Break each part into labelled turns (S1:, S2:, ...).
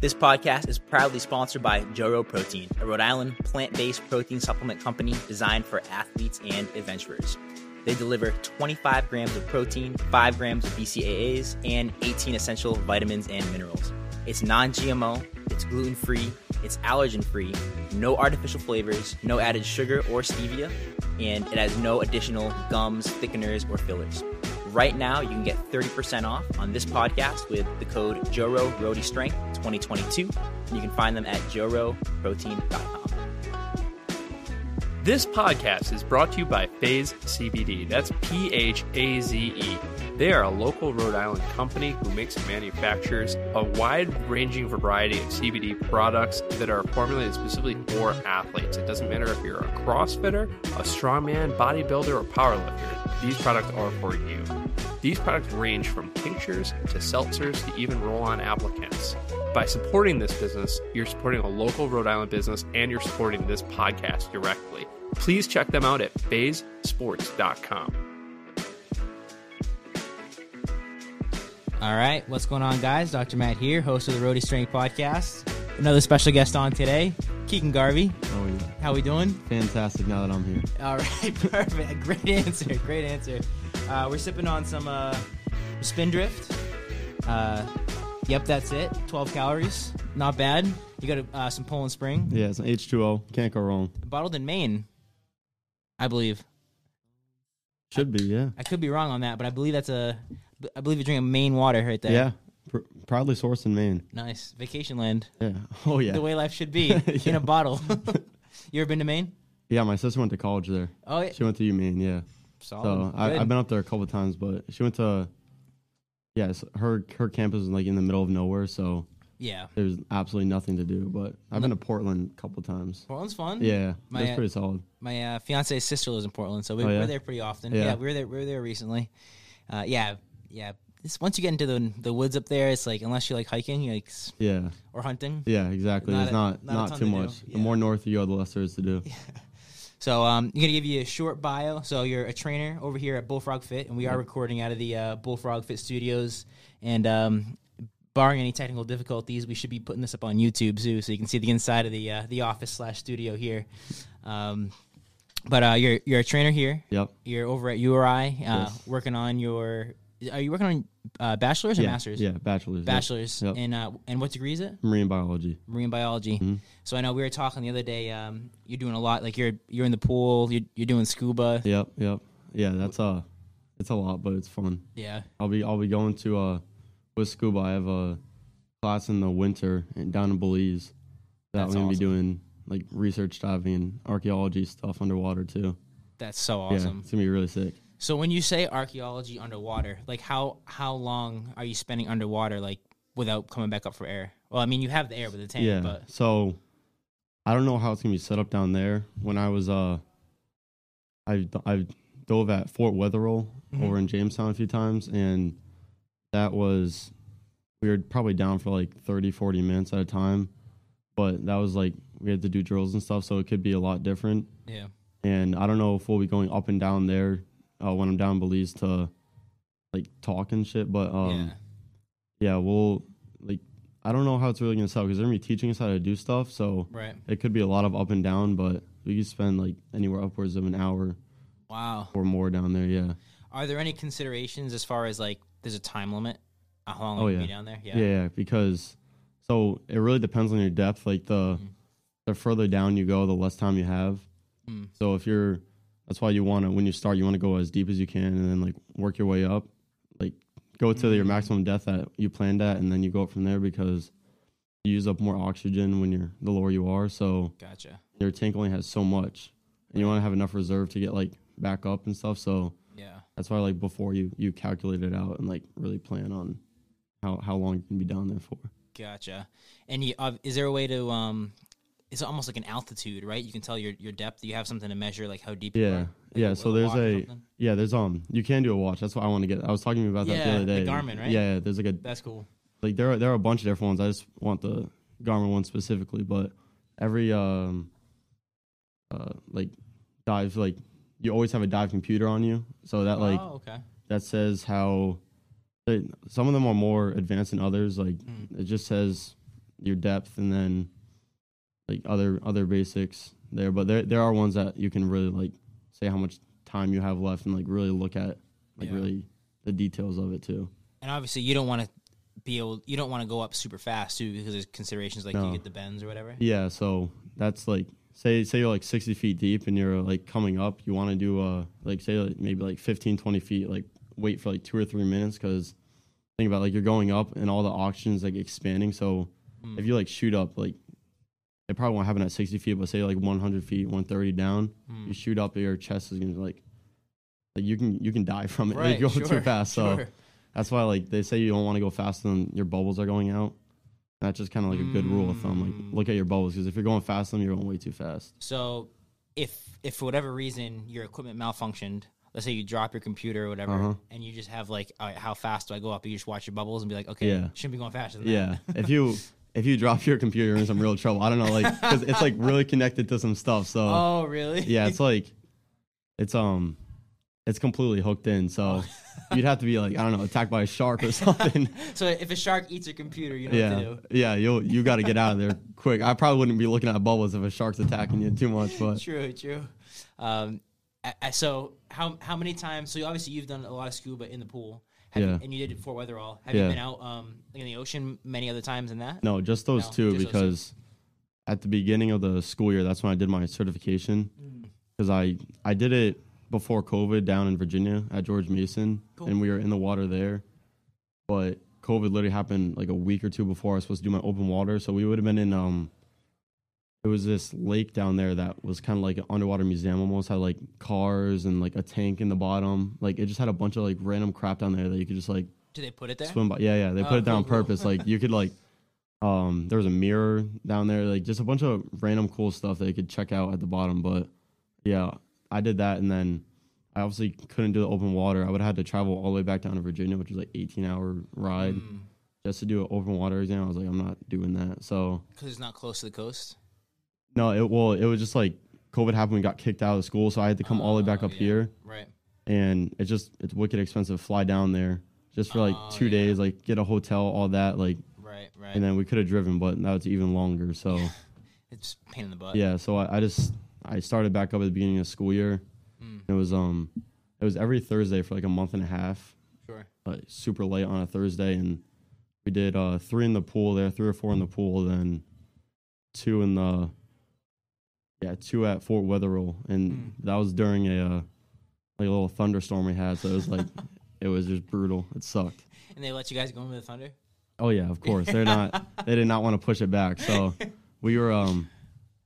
S1: This podcast is proudly sponsored by Joro Protein, a Rhode Island plant based protein supplement company designed for athletes and adventurers. They deliver 25 grams of protein, 5 grams of BCAAs, and 18 essential vitamins and minerals. It's non GMO, it's gluten free, it's allergen free, no artificial flavors, no added sugar or stevia, and it has no additional gums, thickeners, or fillers. Right now, you can get 30% off on this podcast with the code Joro Rody Strength 2022, and you can find them at joroprotein.com.
S2: This podcast is brought to you by Phase CBD. That's P H A Z E. They are a local Rhode Island company who makes and manufactures a wide ranging variety of CBD products that are formulated specifically for athletes. It doesn't matter if you're a CrossFitter, a strongman, bodybuilder, or powerlifter, these products are for you. These products range from tinctures to seltzers to even roll on applicants. By supporting this business, you're supporting a local Rhode Island business and you're supporting this podcast directly. Please check them out at phasesports.com.
S3: All right, what's going on, guys? Dr. Matt here, host of the Roadie Strength Podcast. Another special guest on today, Keegan Garvey.
S4: Oh, yeah.
S3: How we doing?
S4: Fantastic now that I'm here.
S3: All right, perfect. Great answer. Great answer. Uh, we're sipping on some uh, Spindrift. Uh, yep, that's it. 12 calories. Not bad. You got uh, some Poland Spring.
S4: Yeah, it's an H2O. Can't go wrong.
S3: Bottled in Maine, I believe.
S4: Should be, yeah.
S3: I could be wrong on that, but I believe that's a. I believe you're drinking Maine water right there.
S4: Yeah. Pr- proudly sourced in Maine.
S3: Nice. Vacation land.
S4: Yeah. Oh, yeah.
S3: The way life should be in
S4: Yeah.
S3: a bottle. you ever been to Maine?
S4: Yeah, my sister went to college there.
S3: Oh, yeah.
S4: She went to UMaine, yeah.
S3: Solid.
S4: So I,
S3: Good.
S4: I've been up there a couple of times, but she went to, yeah, it's- her her campus is like in the middle of nowhere, so
S3: yeah.
S4: there's absolutely nothing to do. But I've been to Portland a couple of times.
S3: Portland's fun.
S4: Yeah,
S3: My,
S4: that's
S3: uh,
S4: pretty solid.
S3: My uh, fiance's sister lives in Portland, so we,
S4: Oh, yeah?
S3: we're there pretty often. Yeah.
S4: Yeah.
S3: we were there. We were there recently. Uh, yeah, yeah. It's, once you get into the the woods up there, it's like unless you like hiking, you like s-
S4: Yeah,
S3: or hunting.
S4: yeah, exactly.
S3: Not
S4: There's
S3: a-
S4: not
S3: not a
S4: not,
S3: ton
S4: too
S3: to do,
S4: much.
S3: yeah.
S4: The more north you go, the less there is to do.
S3: So um, I'm gonna give you a short bio. So you're a trainer over here at Bullfrog Fit, and we are recording out of the uh, Bullfrog Fit studios. And um, barring any technical difficulties, we should be putting this up on YouTube too, so you can see the inside of the uh, the office slash studio here. Um, but uh, you're you're a trainer here.
S4: Yep.
S3: You're over at URI, uh,
S4: Yes.
S3: working on your. Are you working on uh, bachelor's or
S4: yeah,
S3: master's?
S4: Yeah, bachelor's. yep.
S3: Bachelor's
S4: Yep.
S3: in uh, and what degree is it?
S4: Marine biology.
S3: marine biology.
S4: Mm-hmm.
S3: So I know we were talking the other day. Um, you're doing a lot. Like you're you're in the pool. You're, you're doing scuba.
S4: Yep, yep. Yeah, that's uh it's a lot, but it's fun.
S3: Yeah.
S4: I'll be I'll be going to uh with scuba. I have a class in the winter and down in Belize. That
S3: That's
S4: we're gonna be
S3: awesome.
S4: doing like research diving and archaeology stuff underwater too.
S3: That's so
S4: Yeah,
S3: awesome.
S4: it's gonna be really sick.
S3: So when you say archaeology underwater, like how how long are you spending underwater, like without coming back up for air? Well, I mean you have the air with the tank,
S4: yeah.
S3: but
S4: So I don't know how it's gonna be set up down there. When I was uh I I dove at Fort Wetherill
S3: Mhm.
S4: over in Jamestown a few times and that was we were probably down for like 30 40 minutes at a time but that was like we had to do drills and stuff so it could be a lot different
S3: yeah,
S4: and I don't know if we'll be going up and down there uh, when I'm down in Belize to like talk and shit but um
S3: yeah,
S4: yeah, we'll like I don't know how it's really gonna sell because they're gonna be teaching us how to do stuff, so
S3: right.
S4: it could be a lot of up and down, but we could spend like anywhere upwards of an hour
S3: Wow.
S4: or more down there. Yeah,
S3: Are there any considerations as far as like there's a time limit? How long
S4: Oh,
S3: you can
S4: yeah.
S3: be down there?
S4: yeah, because so it really depends on your depth. Like the
S3: Mhm.
S4: the further down you go, the less time you have.
S3: Mm.
S4: So if you're that's why you want to when you start, you want to go as deep as you can, and then like work your way up, like go to your maximum depth that you planned at, and then you go up from there because you use up more oxygen when you're the lower you are. So
S3: Gotcha.
S4: your tank only has so much, and you want to have enough reserve to get like back up and stuff. So
S3: Yeah.
S4: that's why like before you you calculate it out and like really plan on how how long you can be down there for.
S3: Gotcha. And you, uh, is there a way to? Um, it's almost like an altitude, right? You can tell your, your depth. You have something to measure, like how deep. You are,
S4: Yeah,
S3: like
S4: yeah.
S3: a-
S4: So
S3: a
S4: there's
S3: watch or
S4: a
S3: something?
S4: yeah there's um you can do a watch. That's what I want to get. I was talking to you about that the
S3: Yeah,
S4: other
S3: the
S4: day.
S3: Garmin, right?
S4: Yeah, yeah. There's like a
S3: That's cool.
S4: like there are there are a bunch of different ones. I just want the Garmin one specifically, but every um uh like dive like you always have a dive computer on you, so that like
S3: oh, okay.
S4: that says how they, some of them are more advanced than others. Like
S3: Mm.
S4: it just says your depth and then like other other basics there. But there there are ones that you can really like say how much time you have left and like really look at like
S3: Yeah.
S4: really the details of it too.
S3: And obviously, you don't want to be able. You don't want to go up super fast too, because there's considerations like you
S4: No.
S3: get the bends or whatever.
S4: Yeah, so that's like say say you're like 60 feet deep and you're like coming up, you want to do uh like say like maybe like 15 20 feet like wait for like 2 or 3 minutes cuz think about like you're going up and all the oxygen's like expanding so
S3: Mm.
S4: if you like shoot up like it probably won't happen at 60 feet but say like 100 feet 130 down
S3: Hmm.
S4: you shoot up your chest is going to be like like you can you can die from it
S3: Right,
S4: if you go
S3: sure,
S4: too fast so
S3: sure.
S4: that's why like they say you don't want to go faster than your bubbles are going out. That's just kind of like a good rule of thumb.
S3: Mm.
S4: Like look at your bubbles because if you're going fast, then you're going way too fast.
S3: So, if if for whatever reason your equipment malfunctioned, let's say you drop your computer or whatever,
S4: Uh-huh.
S3: and you just have like, all right, how fast do I go up? You just watch your bubbles and be like, okay,
S4: Yeah.
S3: shouldn't be going faster than
S4: Yeah, if you if you drop your computer, you're in some real trouble. I don't know, like 'cause it's like really connected to some stuff. So
S3: that. Oh, really?
S4: yeah, it's like it's um it's completely hooked in. So
S3: Oh.
S4: you'd have to be like I don't know, attacked by a shark or something.
S3: So if a shark eats your computer, you know what to
S4: yeah,
S3: do.
S4: yeah, you you got to get out of there quick. I probably wouldn't be looking at bubbles if a shark's attacking you too much, but
S3: True, true. Um, I- I- so how how many times? So you- obviously you've done a lot of scuba in the pool, have you,
S4: Yeah.
S3: and you did it Fort Weatherall. Have you
S4: Yeah.
S3: been out um, in the ocean many other times than that?
S4: No, just those
S3: No,
S4: two
S3: just those two.
S4: because at the beginning of the school year, that's when I did my certification
S3: Mm.
S4: because I I did it before COVID down in Virginia at George Mason,
S3: Cool.
S4: and we were in the water there. But COVID literally happened like a week or two before I was supposed to do my open water, so we would have been in um. It was this lake down there that was kind of like an underwater museum. Almost had like cars and like a tank in the bottom. Like it just had a bunch of like random crap down there that you could just like
S3: Do they put it there?
S4: swim by. Yeah, yeah. They
S3: Oh,
S4: put it down on
S3: cool, cool.
S4: purpose. Like you could like, um, there was a mirror down there. Like just a bunch of random cool stuff that you could check out at the bottom. But yeah, I did that, and then I obviously couldn't do the open water. I would have had to travel all the way back down to Virginia, which was like 18 hour ride
S3: Mm,
S4: just to do an open water exam. I was like, I'm not doing that. So
S3: 'cause it's not close to the coast.
S4: no, it well, it was just like COVID happened. We got kicked out of school, so I had to come all the way back
S3: Oh,
S4: up
S3: yeah.
S4: here
S3: Right.
S4: and it's just it's wicked expensive to fly down there just for like
S3: Oh,
S4: two
S3: yeah.
S4: days like get a hotel all that like
S3: Right. Right.
S4: and then we could have driven but now it's even longer so
S3: it's a pain in the butt.
S4: yeah so I, I just i started back up at the beginning of school year
S3: Mm.
S4: it was um it was every thursday for like a month and a half
S3: Sure.
S4: like super late on a thursday and we did uh three in the pool there three or four in the pool then two in the yeah two at fort wetherill and
S3: Mm.
S4: that was during a uh, like a little thunderstorm we had so it was like it was just brutal it sucked
S3: And they let you guys go in with the thunder.
S4: Oh yeah, of course. They're not. they did not want to push it back. So we were. Um,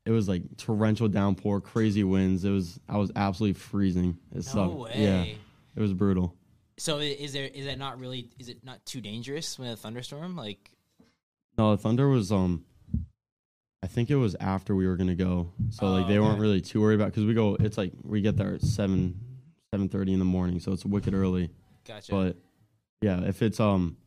S4: it was like torrential downpour, crazy winds. It was. I was absolutely freezing. It
S3: No
S4: sucked.
S3: way.
S4: Yeah, it was brutal.
S3: So i- is there is that not really is it not too dangerous with a thunderstorm like
S4: No, the thunder was. Um, I think it was after we were gonna go. So like
S3: Oh,
S4: they weren't
S3: okay.
S4: really too worried about because we go. It's like we get there at seven, seven thirty in the morning. So it's wicked early.
S3: gotcha?
S4: But yeah, if it's um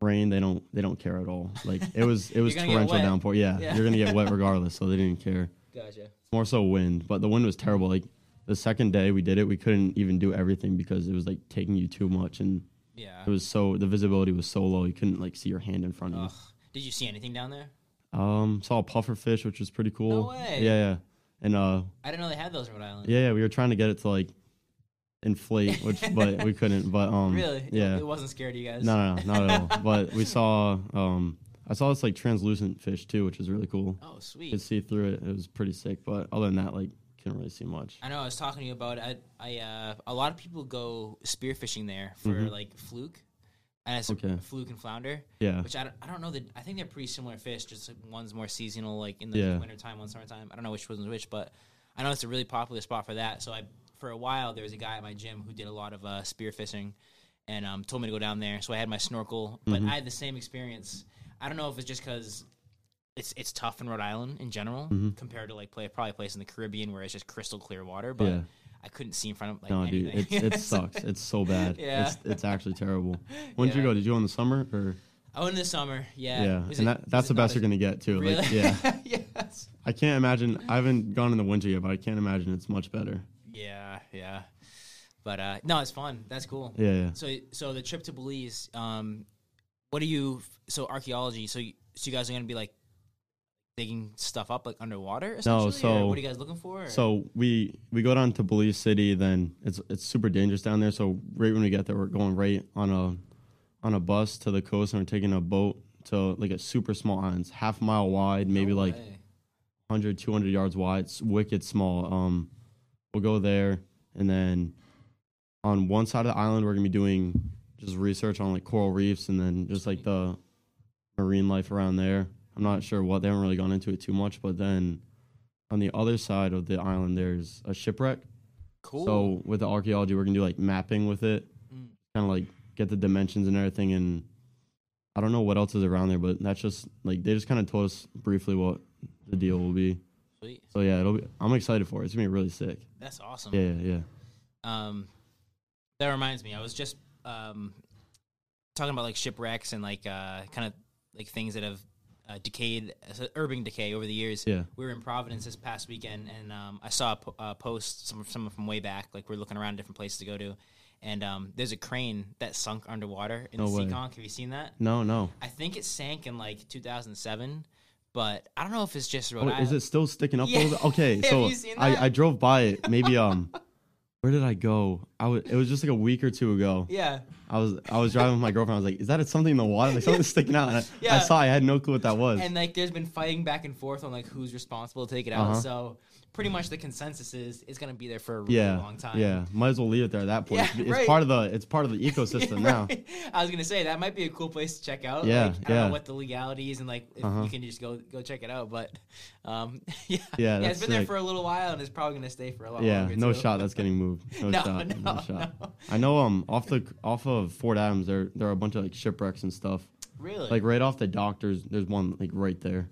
S4: rain, they don't they don't care at all. Like it was it was
S3: gonna get
S4: torrential
S3: wet.
S4: downpour. Yeah,
S3: Yeah.
S4: you're gonna get wet regardless. So they didn't care.
S3: gotcha.
S4: more so wind, but the wind was terrible. Like the second day we did it, we couldn't even do everything because it was like taking you too much, and
S3: Yeah.
S4: it was so the visibility was so low you couldn't like see your hand in front
S3: Ugh.
S4: of
S3: Did you see anything down there?
S4: you. Um, saw a puffer fish, which was pretty cool.
S3: way.
S4: Yeah, yeah, and uh,
S3: I didn't know they had those in Rhode Island.
S4: yeah, yeah, we were trying to get it to like inflate, which but we couldn't. But um,
S3: Really? It-
S4: yeah,
S3: It wasn't scared of you guys.
S4: no, no, no, not at all. But we saw um, I saw this like translucent fish too, which is really cool.
S3: Oh,
S4: You
S3: sweet.
S4: could see through it. It was pretty sick. But other than that, like couldn't really see much.
S3: I know. I was talking to you about. I, I uh, a lot of people go spearfishing there for like fluke, and it's
S4: Mm-hmm. Okay.
S3: fluke and flounder.
S4: Yeah.
S3: Which I don't, I don't know. That I think they're pretty similar fish. Just like, one's more seasonal, like in the
S4: Yeah.
S3: wintertime, one's summertime. I don't know which one's which, but I know it's a really popular spot for that. So I, for a while, there was a guy at my gym who did a lot of uh, spearfishing, and um, told me to go down there. So I had my snorkel, but
S4: Mm-hmm.
S3: I had the same experience. I don't know if it's just because it's it's tough in Rhode Island in general
S4: Mm-hmm.
S3: compared to like play probably a place in the Caribbean where it's just crystal clear water. But
S4: Yeah.
S3: I couldn't see in front of like
S4: No, dude,
S3: anything.
S4: it's, it sucks. It's so bad.
S3: Yeah.
S4: It's, it's actually terrible. When did
S3: Yeah.
S4: you go? Did you go in the summer or?
S3: oh, in the summer, yeah,
S4: Yeah,
S3: Was
S4: and
S3: it-
S4: that,
S3: was
S4: that's
S3: it
S4: the
S3: not
S4: best
S3: as-
S4: you're gonna get too.
S3: Really?
S4: Like, yeah,
S3: yes.
S4: I can't imagine. I haven't gone in the winter yet, but I can't imagine it's much better.
S3: Yeah, yeah. But uh no, it's fun. That's cool.
S4: Yeah, yeah.
S3: So so the trip to Belize, um what do you so archaeology, so you, so you guys are going to be like digging stuff up like underwater? Essentially? or
S4: so-
S3: what are you guys looking for? or-
S4: So we we go down to Belize City. Then it's it's super dangerous down there. So right when we get there, we're going right on a on a bus to the coast, and we're taking a boat to like a super small island, It's half mile wide, maybe like
S3: Hey.
S4: 100, 200 yards wide. It's wicked small. Um, we'll go there, and then on one side of the island, we're gonna be doing just research on like coral reefs, and then just like the marine life around there. I'm not sure what they haven't really gone into it too much, but then on the other side of the island, there's a shipwreck.
S3: cool.
S4: So with the archaeology, we're gonna do like mapping with it,
S3: Mm.
S4: kind of like get the dimensions and everything. And I don't know what else is around there, but that's just like they just kind of told us briefly what the deal will be.
S3: Sweet.
S4: So yeah, it'll be. I'm excited for it. It's gonna be really sick.
S3: That's awesome.
S4: Yeah, yeah, yeah.
S3: Um, that reminds me, I was just um, talking about like shipwrecks and like uh, kind of like things that have uh, decayed, uh, urban decay over the years.
S4: Yeah.
S3: We were in Providence this past weekend, and um, I saw a po- uh, post some someone from way back. Like we're looking around different places to go to, and um, there's a crane that sunk underwater in
S4: No
S3: the
S4: way.
S3: Seekonk. Have you seen that?
S4: No, no.
S3: I think it sank in like 2007, but I don't know if it's just Rhode
S4: Oh,
S3: Island.
S4: is it still sticking up
S3: Yeah.
S4: a little bit? Okay,
S3: Have
S4: so
S3: you seen that?
S4: I, I drove by it. Maybe um, where did I go? I was. It was just like a week or two ago.
S3: Yeah.
S4: I was I was driving with my girlfriend. I was like, "Is that something in the water? Like something's sticking out." And I,
S3: Yeah.
S4: I saw. I had no clue what that was.
S3: and like there's been fighting back and forth on like who's responsible to take it out.
S4: Uh-huh.
S3: So pretty much the consensus is it's gonna be there for a really
S4: yeah,
S3: long time.
S4: yeah. Might as well leave it there at that point.
S3: Yeah,
S4: it's
S3: right.
S4: part of the it's part of the ecosystem now.
S3: Right? I was gonna say that might be a cool place to check out.
S4: Yeah,
S3: like, I don't know
S4: yeah.
S3: what the legalities and like if
S4: Uh-huh.
S3: you can just go go check it out. But um, yeah,
S4: Yeah,
S3: it's
S4: that's
S3: been there
S4: sick.
S3: for a little while and it's probably gonna stay for a lot.
S4: Yeah,
S3: longer,
S4: no
S3: too.
S4: shot. That's getting moved. No,
S3: No,
S4: shot. No,
S3: no,
S4: shot.
S3: no.
S4: I know. Um, off the off of Fort Adams, there there are a bunch of like shipwrecks and stuff.
S3: Really?
S4: Like right off the dock, there's there's one like right there.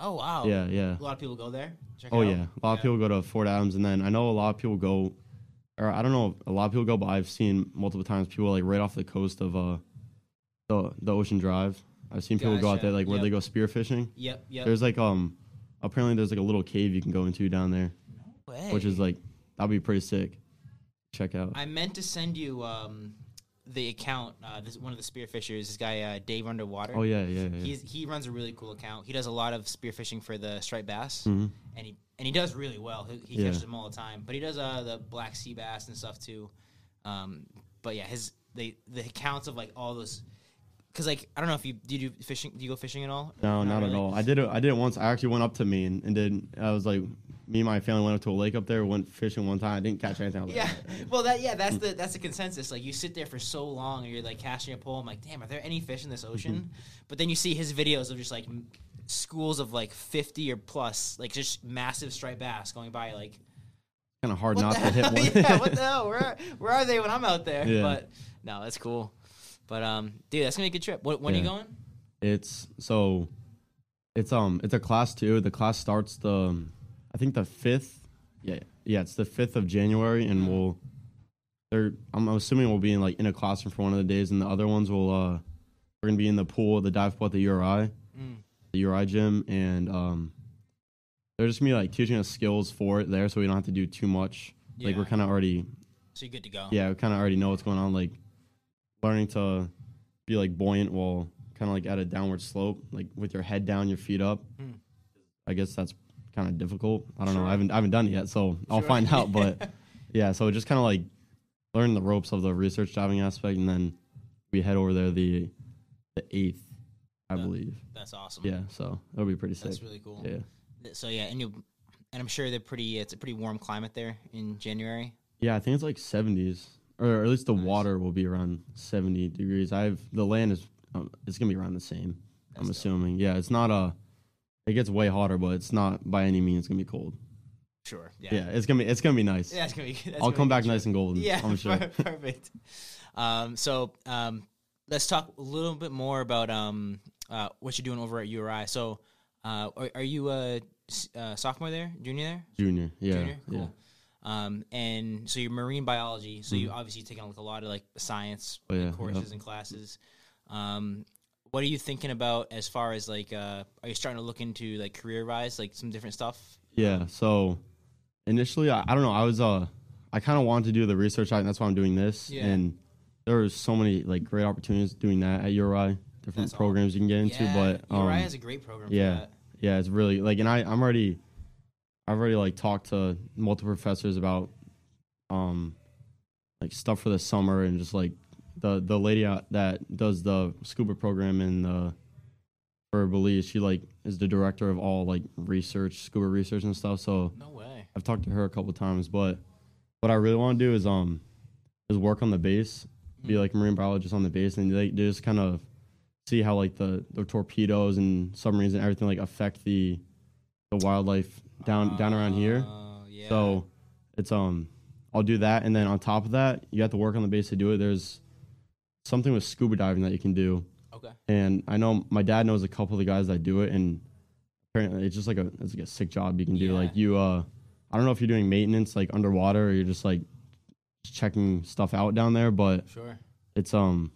S3: oh wow.
S4: Yeah, yeah.
S3: A lot of people go there. Check it
S4: Oh
S3: out.
S4: yeah, a lot of people go to Fort Adams, and then I know a lot of people go, or I don't know, if a lot of people go, but I've seen multiple times people like right off the coast of uh, the the Ocean Drive. I've seen people go
S3: Gotcha.
S4: out there like where they
S3: Yep.
S4: go spearfishing.
S3: Yep. Yep.
S4: There's like um, apparently there's like a little cave you can go into down there,
S3: Way.
S4: which is like that'd be pretty sick. Check out.
S3: I meant to send you um, the account. Uh, this one of the spearfishers, this guy uh, Dave Underwater.
S4: Oh yeah, yeah, yeah.
S3: He's, he runs a really cool account. He does a lot of spearfishing for the striped bass,
S4: Mhm.
S3: and he and he does really well. He, he
S4: Yeah.
S3: catches them all the time, but he does uh, the black sea bass and stuff too. Um, but yeah, his they the accounts of like all those because like I don't know if you do you do fishing do you go fishing at all?
S4: No,
S3: Or
S4: not at
S3: really?
S4: all. I did it. I did it once. I actually went up to Maine and did. I was like, me and my family went up to a lake up there, went fishing one time. I didn't catch anything. I was like,
S3: Yeah, well that yeah
S4: Mm.
S3: that's the that's the consensus. Like you sit there for so long and you're like casting a pole. I'm like, damn, are there any fish in this
S4: Mm-hmm.
S3: ocean? But then you see his videos of just like m- schools of like 50 or plus, like just massive striped bass going by, like.
S4: kind of hard
S3: What
S4: not
S3: the
S4: to hit
S3: hell?
S4: one.
S3: yeah, what the hell? Where where are they when I'm out there?
S4: Yeah.
S3: But no, that's cool. But um, dude, that's gonna be a good trip. When, when are you
S4: Yeah.
S3: going?
S4: It's so it's um it's a class two. The class starts the I think the fifth. Yeah, yeah, it's the fifth of January, and we'll they're I'm assuming we'll be in like in a classroom for one of the days, and the other ones will uh we're gonna be in the pool, the dive pool at the URI,
S3: Mm.
S4: the URI gym, and um they're just gonna be like teaching us skills for it there, so we don't have to do too much. Like we're
S3: Yeah.
S4: kind of already
S3: So you're good to go.
S4: yeah, we kind of already know what's going on. Like learning to be like buoyant while kind of like at a downward slope, like with your head down, your feet up.
S3: Hmm.
S4: I guess that's kind of difficult. I don't
S3: Sure.
S4: know. I haven't I haven't done it yet, so I'll
S3: Sure.
S4: find out. But yeah, so just kind of like learn the ropes of the research diving aspect, and then we head over there the the eighth, I
S3: Yeah.
S4: believe.
S3: that's awesome.
S4: Yeah, so that'll be pretty sick.
S3: that's really cool.
S4: yeah.
S3: Th- So yeah, and you and I'm sure they're pretty. It's a pretty warm climate there in January.
S4: Yeah, I think it's like 70s, or at least the
S3: Nice.
S4: water will be around 70 degrees. I've the land is um, it's gonna be around the same.
S3: That's
S4: I'm
S3: dope.
S4: assuming. Yeah, it's not a. It gets way hotter, but it's not by any means gonna be cold.
S3: Sure. Yeah.
S4: Yeah, it's gonna be it's gonna be nice.
S3: Yeah, that's gonna be. That's gonna
S4: I'll
S3: be
S4: come
S3: a
S4: back
S3: good trip.
S4: nice and golden.
S3: Yeah,
S4: I'm sure.
S3: per- perfect. Um, so um, let's talk a little bit more about um, uh, what you're doing over at URI. So uh, are, are you a s- uh, sophomore there, junior there?
S4: Junior. Yeah.
S3: junior.
S4: yeah.
S3: Cool. Um, and so you're marine biology. So you obviously taking like a lot of like science
S4: Mm-hmm. Oh, yeah,
S3: like, courses and classes. Um, what are you thinking about as far as like uh, are you starting to look into like career wise like some different stuff?
S4: Yeah. So initially, I, I don't know. I was uh, I kind of wanted to do the research, and that's why I'm doing this.
S3: Yeah.
S4: And there was so many like great opportunities doing that at URI, different
S3: That's aw-
S4: programs you can get into.
S3: yeah,
S4: But um,
S3: URI has a great program. For
S4: yeah.
S3: that.
S4: Yeah, it's really like, and I I'm already, I've already like talked to multiple professors about, um, like stuff for the summer and just like the the lady out that does the scuba program in the for Belize, she like is the director of all like research, scuba research and stuff. So
S3: No way.
S4: I've talked to her a couple times, but what I really want to do is um is work on the base, be like a marine biologist on the base, and they they just kind of see how like the the torpedoes and submarines and everything like affect the the wildlife down down around here.
S3: Oh yeah.
S4: So it's um I'll do that, and then on top of that, you have to work on the base to do it. There's something with scuba diving that you can do,
S3: okay.
S4: and I know my dad knows a couple of the guys that do it, and apparently it's just like a it's like a sick job you can
S3: Yeah.
S4: do. Like you, uh, I don't know if you're doing maintenance like underwater or you're just like checking stuff out down there, but
S3: Sure.
S4: it's um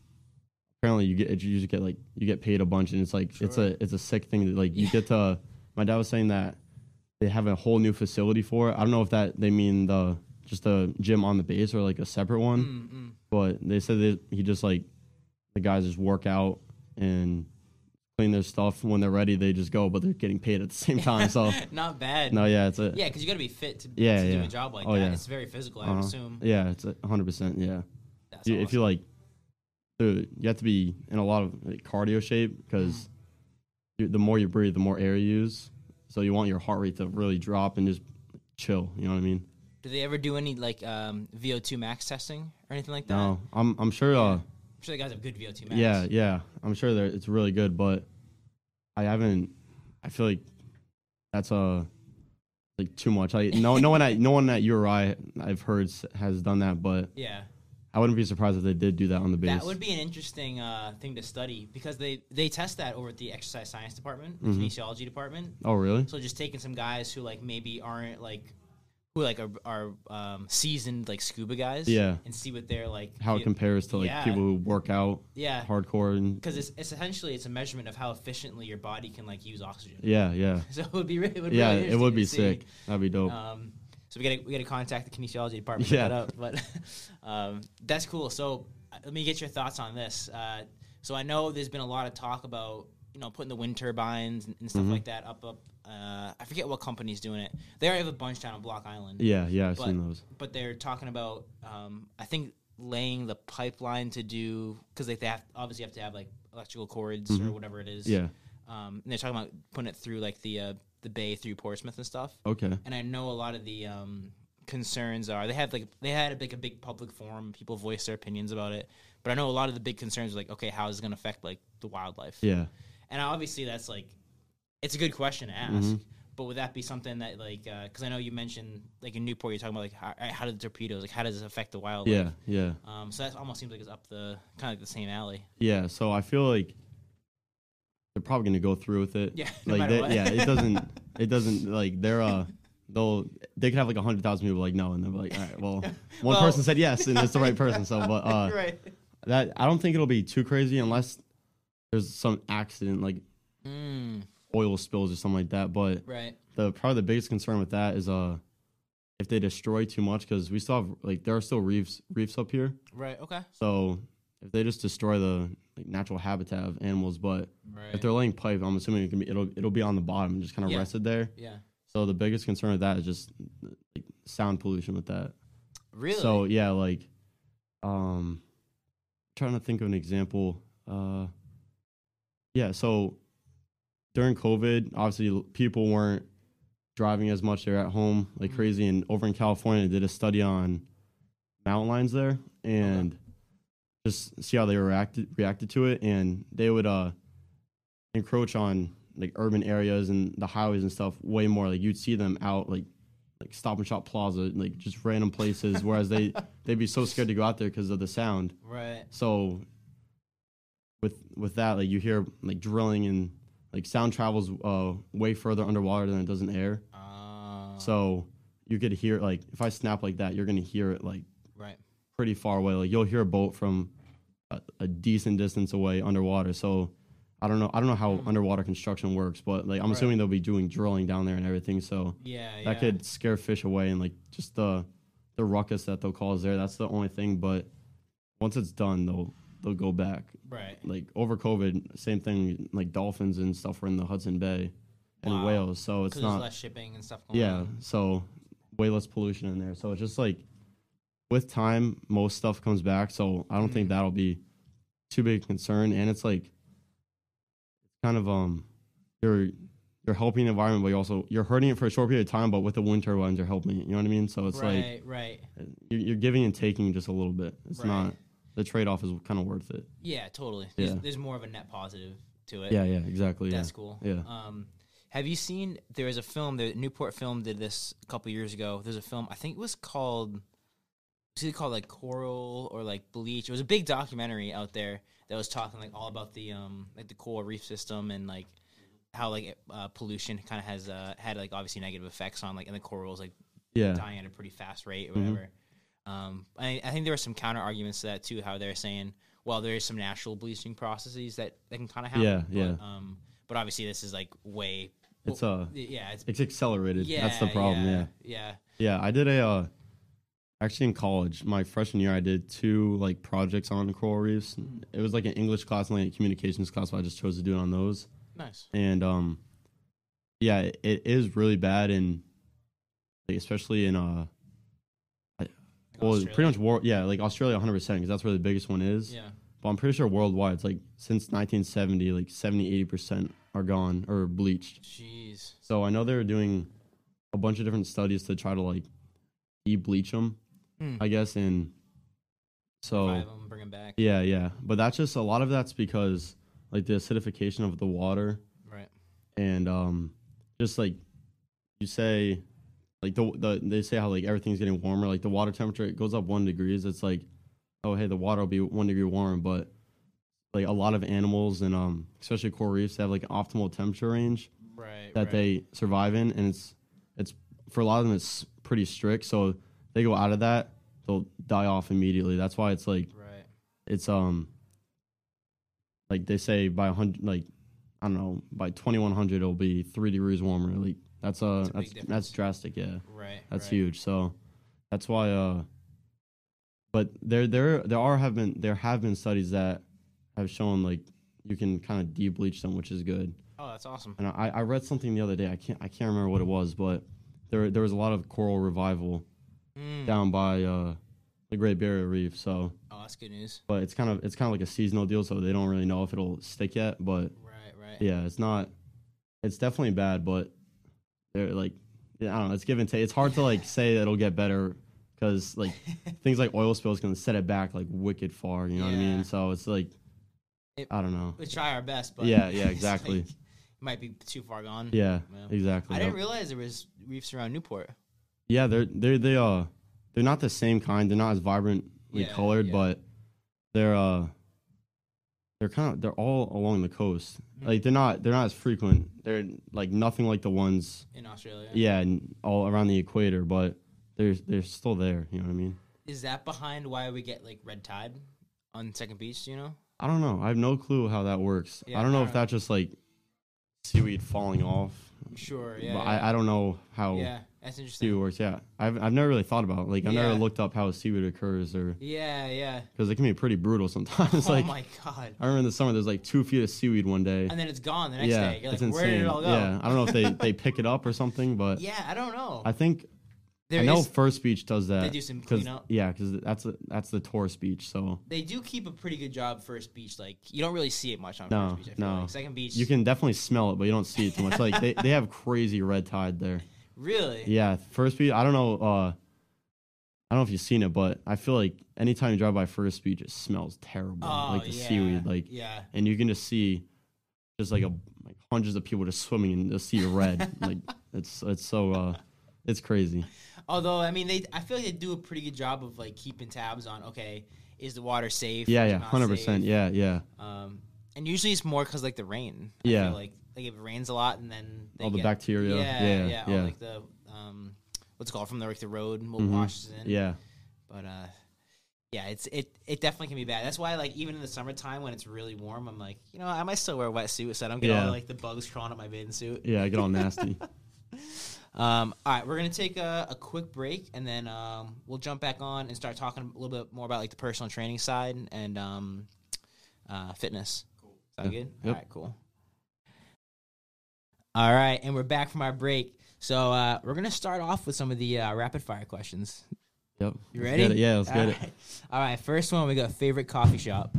S4: apparently you get you just get like you get paid a bunch, and it's like it's
S3: Sure.
S4: a it's a sick thing that like you get to. My dad was saying that they have a whole new facility for it. I don't know if that they mean the just the gym on the base or like a separate one
S3: Mm-mm.
S4: but they said that he just like the guys just work out and clean their stuff when they're ready they just go but they're getting paid at the same time so
S3: Not bad.
S4: no yeah it's a
S3: Yeah, because you got to be fit to, to
S4: Yeah,
S3: do
S4: yeah.
S3: a job like
S4: Oh,
S3: that.
S4: yeah.
S3: It's very physical, I
S4: uh-huh.
S3: would assume.
S4: yeah it's a 100% yeah
S3: That's
S4: you, if
S3: awesome.
S4: you like dude you have to be in a lot of like, cardio shape
S3: Mm.
S4: because the more you breathe the more air you use so you want your heart rate to really drop and just chill you know what i mean
S3: do they ever do any like um, VO2 max testing or anything like that?
S4: no i'm i'm sure uh
S3: I'm sure the guys have good VO2 max.
S4: Yeah, yeah. I'm sure that it's really good, but I haven't. I feel like that's uh like too much. I no no one at no one at URI I've heard s- has done that, but
S3: Yeah.
S4: I wouldn't be surprised if they did do that on the base.
S3: That would be an interesting uh, thing to study because they, they test that over at the exercise science department,
S4: Mm-hmm.
S3: the kinesiology department.
S4: oh really?
S3: So just taking some guys who like maybe aren't like who like are, are um, seasoned like scuba guys,
S4: Yeah.
S3: and see what they're like
S4: How it
S3: you-
S4: compares to like
S3: yeah.
S4: people who work out
S3: yeah,
S4: hardcore and
S3: because it's, it's essentially it's a measurement of how efficiently your body can like use oxygen.
S4: yeah yeah
S3: So it would be really, it would be
S4: yeah
S3: really
S4: it would be
S3: interesting to see.
S4: sick. That'd be dope.
S3: Um, so we gotta we gotta contact the kinesiology department
S4: Yeah.
S3: to look that up. But um, that's cool. So uh, let me get your thoughts on this. Uh, so I know there's been a lot of talk about you know putting the wind turbines and, and stuff
S4: Mm-hmm.
S3: like that up up. Uh, I forget what company's doing it. They already have a bunch down on Block Island.
S4: yeah yeah I've
S3: but,
S4: seen those.
S3: But they're talking about um, I think laying the pipeline to do because like they have obviously have to have like electrical cords or whatever it is.
S4: Mm-hmm. Yeah.
S3: Um, and they're talking about putting it through like the uh, the bay through Portsmouth and stuff
S4: Okay.
S3: and I know a lot of the um, concerns are they have like they had a, like a big public forum, people voiced their opinions about it. But I know a lot of the big concerns are like, okay, how is it going to affect like the wildlife?
S4: Yeah.
S3: And obviously, that's like, it's a good question to ask.
S4: Mm-hmm.
S3: But would that be something that like, because I know you mentioned like in Newport, you're talking about like how, all right, how do the torpedoes like how does this affect the wildlife?
S4: Yeah. Yeah.
S3: Um, so that almost seems like it's up the kind of like the same alley.
S4: Yeah, so I feel like they're probably gonna go through with it.
S3: Yeah, no
S4: like
S3: matter
S4: they-
S3: what.
S4: yeah, it doesn't, it doesn't like they're uh, they'll they could have like a hundred thousand people like no, and they're like, all right, well, one
S3: Well-
S4: person said yes, and it's the right person. So, but uh,
S3: right.
S4: that I don't think it'll be too crazy unless there's some accident like
S3: Mm,
S4: oil spills or something like that. But
S3: right.
S4: the probably the biggest concern with that is uh, if they destroy too much because we still have like there are still reefs reefs up here.
S3: Right. Okay.
S4: So if they just destroy the like natural habitat of animals, but if
S3: Right.
S4: they're laying pipe, I'm assuming it can be it'll it'll be on the bottom and just kind of
S3: Yeah.
S4: rested there.
S3: Yeah.
S4: So the biggest concern with that is just like sound pollution with that.
S3: Really.
S4: So yeah, like um trying to think of an example. Uh yeah, so during COVID, obviously l- people weren't driving as much. They're at home like
S3: Mhm.
S4: crazy. And over in California, they did a study on mountain lions there and just see how they reacted reacted to it. And they would uh encroach on like urban areas and the highways and stuff way more. Like you'd see them out like like Stop and Shop Plaza, like just random places. whereas they they'd be so scared to go out there because of the sound.
S3: right.
S4: So with with that, like you hear like drilling and like sound travels uh, way further underwater than it does in air.
S3: Uh,
S4: So you could hear like if I snap like that, you're gonna hear it like
S3: right.
S4: pretty far away. Like you'll hear a boat from a, a decent distance away underwater. So I don't know. I don't know how underwater construction works, but like I'm
S3: Right.
S4: assuming they'll be doing drilling down there and everything. So
S3: Yeah. yeah.
S4: that could scare fish away and like just the the ruckus that they'll cause there. That's the only thing. But once it's done, they'll they'll go back.
S3: Right.
S4: Like over COVID, same thing. Like dolphins and stuff were in the Hudson Bay, and
S3: Wow.
S4: Wales, so it's
S3: because there's
S4: not
S3: less shipping and stuff going
S4: yeah,
S3: on.
S4: so way less pollution in there. So it's just like with time, most stuff comes back. So I don't
S3: Mm-hmm.
S4: think that'll be too big a concern. And it's like kind of um you're you're helping the environment, but you also you're hurting it for a short period of time. But with the wind turbines, you're helping it. You know what I mean? So it's
S3: right,
S4: like
S3: right.
S4: you're, you're giving and taking just a little bit. It's
S3: Right.
S4: not the trade off is kind of worth it.
S3: Yeah, totally. There's,
S4: Yeah.
S3: there's more of a net positive to it.
S4: Yeah, yeah, exactly.
S3: That's
S4: yeah.
S3: cool.
S4: Yeah.
S3: Um, have you seen? There was a film. The Newport film did this a couple years ago. There's a film. I think it was called. It was either called like Coral or like Bleach. It was a big documentary out there that was talking like all about the um like the coral reef system and like how like uh, pollution kind of has uh, had like obviously negative effects on like and the corals like
S4: yeah. Mm-hmm.
S3: dying at a pretty fast rate or whatever. Um, I, I think there were some counter arguments to that too, how they're saying, well, there is some natural bleaching processes that, that can kind of happen.
S4: Yeah,
S3: but,
S4: yeah.
S3: Um, but obviously, this is like way.
S4: It's uh
S3: yeah, it's
S4: it's accelerated.
S3: yeah,
S4: That's the problem. yeah.
S3: yeah,
S4: Yeah, I did a uh, actually in college, my freshman year, I did two like projects on coral reefs. It was like an English class and like a communications class, so I just chose to do it on those.
S3: nice.
S4: And um, yeah, it, it is really bad, and like, especially in uh,
S3: Like
S4: well,
S3: Australia.
S4: pretty much war. Yeah, like Australia, one hundred percent, because that's where the biggest one is.
S3: Yeah,
S4: But I'm pretty sure worldwide, it's like since 1970, like 70, 80 percent are gone or bleached.
S3: jeez.
S4: So I know they were doing a bunch of different studies to try to like de-bleach them,
S3: Hmm.
S4: I guess. And so
S3: Five of them, bring them back.
S4: yeah, yeah. But that's just a lot of that's because like the acidification of the water
S3: Right.
S4: and um just like you say like the, the they say how like everything's getting warmer like the water temperature it goes up one degrees it's like oh hey the water will be one degree warm but like a lot of animals and um especially coral reefs they have like an optimal temperature range
S3: Right.
S4: that
S3: right.
S4: they survive in, and it's it's for a lot of them it's pretty strict. So they go out of that, they'll die off immediately. That's why it's like
S3: Right.
S4: it's um like they say by hundred like I don't know by twenty one hundred it'll be three degrees warmer. Like that's uh
S3: a big
S4: that's
S3: difference.
S4: that's drastic. Yeah,
S3: Right.
S4: that's
S3: right.
S4: huge. So that's why uh. But there, there, there are have been there have been studies that have shown like you can kind of de bleach them, which is good
S3: Oh, that's awesome.
S4: and I, I read something the other day. I can't I can't remember what it was, but there there was a lot of coral revival
S3: Mm.
S4: down by uh, the Great Barrier Reef. So,
S3: Oh, that's good news.
S4: but it's kind of it's kind of like a seasonal deal, so they don't really know if it'll stick yet. But
S3: Right. Right.
S4: yeah, it's not. It's definitely bad, but they're like yeah, I don't know. It's give and take. It's hard to like say it'll get better because like things like oil spills can set it back like wicked far. You know what I
S3: Yeah.
S4: mean? So it's like
S3: It-
S4: I don't know.
S3: We try our best, but
S4: Yeah, yeah,
S3: it's
S4: exactly.
S3: like, might be too far gone.
S4: Yeah,
S3: Yeah.
S4: exactly.
S3: I
S4: Yep.
S3: didn't realize there was reefs around Newport.
S4: Yeah, they're they're they uh they're not the same kind. They're not as vibrantly
S3: Yeah,
S4: colored,
S3: yeah.
S4: but they're uh they're kind of they're all along the coast.
S3: Mhm.
S4: Like they're not they're not as frequent. They're like nothing like the ones
S3: in Australia.
S4: yeah and all around the equator, but they're they're still there. You know what I mean?
S3: Is that behind why we get like red tide on Second Beach? do You know,
S4: I don't know. I have no clue how that works.
S3: Yeah,
S4: I don't know
S3: I
S4: if
S3: don't-
S4: that's just like seaweed falling off.
S3: sure. Yeah,
S4: but
S3: yeah.
S4: I, I don't know how
S3: yeah, that's interesting.
S4: seaweed works. Yeah, I've I've never really thought about it. like I've never
S3: Yeah.
S4: looked up how seaweed occurs or
S3: Yeah, yeah.
S4: because it can be pretty brutal sometimes.
S3: oh
S4: like
S3: my god!
S4: I remember in the summer, there's like two feet of seaweed one day.
S3: And then it's gone the next
S4: yeah,
S3: day. You're like,
S4: it's
S3: where
S4: insane.
S3: did it all go?
S4: Yeah, I don't know if they, they pick it up or something, but
S3: Yeah, I don't know.
S4: I think
S3: There
S4: I know
S3: is-
S4: First Beach does that.
S3: They do some
S4: 'cause-
S3: cleanup.
S4: Yeah, because that's a, that's the tourist beach, so
S3: they do keep a pretty good job first beach. Like you don't really see it much on
S4: No,
S3: first beach. I feel
S4: no.
S3: like. second beach.
S4: you can definitely smell it, but you don't see it too much. like they, they have crazy red tide there.
S3: really.
S4: Yeah, First Beach. I don't know. uh I don't know if you've seen it, but I feel like anytime you drive by First Beach, it smells terrible,
S3: Oh,
S4: like the
S3: yeah.
S4: seaweed, like
S3: yeah.
S4: and you can just see just like a like hundreds of people just swimming in the sea of red. like it's it's so uh it's crazy.
S3: Although I mean, they I feel like they do a pretty good job of like keeping tabs on. Okay, is the water safe?
S4: Yeah,
S3: Is it
S4: yeah,
S3: not
S4: hundred percent.
S3: safe?
S4: Yeah, yeah.
S3: Um, and usually it's more because like the rain. I
S4: Yeah.
S3: feel like like if it rains a lot and then they
S4: All the
S3: get-
S4: bacteria.
S3: Yeah,
S4: Yeah,
S3: yeah, all,
S4: yeah.
S3: like the um, what's it called from the like the road will
S4: Mhm.
S3: washes in.
S4: Yeah.
S3: but uh, yeah, it's it it definitely can be bad. That's why like even in the summertime when it's really warm, I'm like you know I might still wear a wetsuit so I don't get
S4: Yeah.
S3: all like the bugs crawling up my bathing suit.
S4: Yeah, I get all nasty.
S3: Um, all right, we're gonna take a, a quick break and then um, we'll jump back on and start talking a little bit more about like the personal training side and um, uh, fitness. Sound
S4: Yeah.
S3: good?
S4: Yep.
S3: All right, cool. All right, and we're back from our break. So uh, we're gonna start off with some of the uh, rapid fire questions.
S4: Yep.
S3: You
S4: Let's
S3: ready?
S4: Get it. Yeah, let's
S3: All
S4: get it.
S3: right. All right, first one we got favorite coffee shop.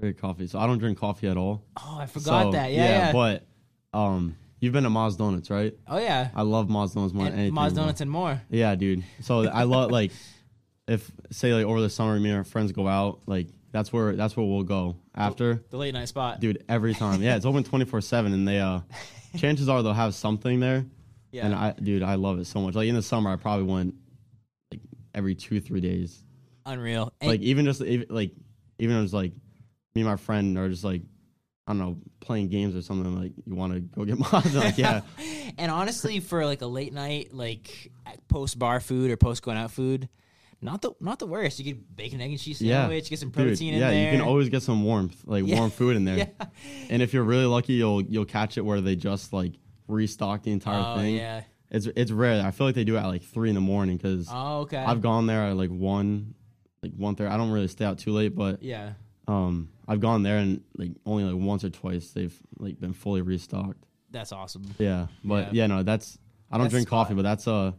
S4: Favorite coffee. So I don't drink coffee at all.
S3: Oh, I forgot
S4: So,
S3: that. Yeah, yeah.
S4: But um, you've been to Maz Donuts, right?
S3: oh yeah,
S4: I love Maz Donuts more than
S3: and
S4: anything.
S3: Maz
S4: bro.
S3: Donuts and more.
S4: Yeah, dude. So I love like if say like over the summer, me and our friends go out. Like that's where that's where we'll go after,
S3: The late night spot.
S4: dude. Every time, yeah, it's open twenty four seven, and they uh, chances are they'll have something there.
S3: yeah.
S4: And I, dude, I love it so much. Like in the summer, I probably went like every two three days.
S3: Unreal. And
S4: Like even just even- like even just like me and my friend are just like. I don't know, playing games or something. Like you want to go get Maz? Like yeah,
S3: And honestly, for like a late night, like post bar food or post going out food, not the not the worst. You get bacon, egg, and cheese
S4: Yeah.
S3: sandwich. Get some
S4: Dude,
S3: protein in
S4: yeah,
S3: there.
S4: you can always get some warmth, like
S3: Yeah.
S4: warm food in there.
S3: Yeah.
S4: And if you're really lucky, you'll you'll catch it where they just like restock the entire
S3: Oh
S4: thing.
S3: yeah.
S4: It's it's rare. I feel like they do it at like three in the morning because
S3: Oh okay.
S4: I've gone there at like one, like one thirty. I don't really stay out too late, but
S3: yeah.
S4: um, I've gone there and like only like once or twice they've like been fully restocked.
S3: That's awesome.
S4: Yeah, but
S3: Yeah.
S4: yeah, no, that's I don't
S3: That's
S4: drink
S3: spot.
S4: coffee, but that's uh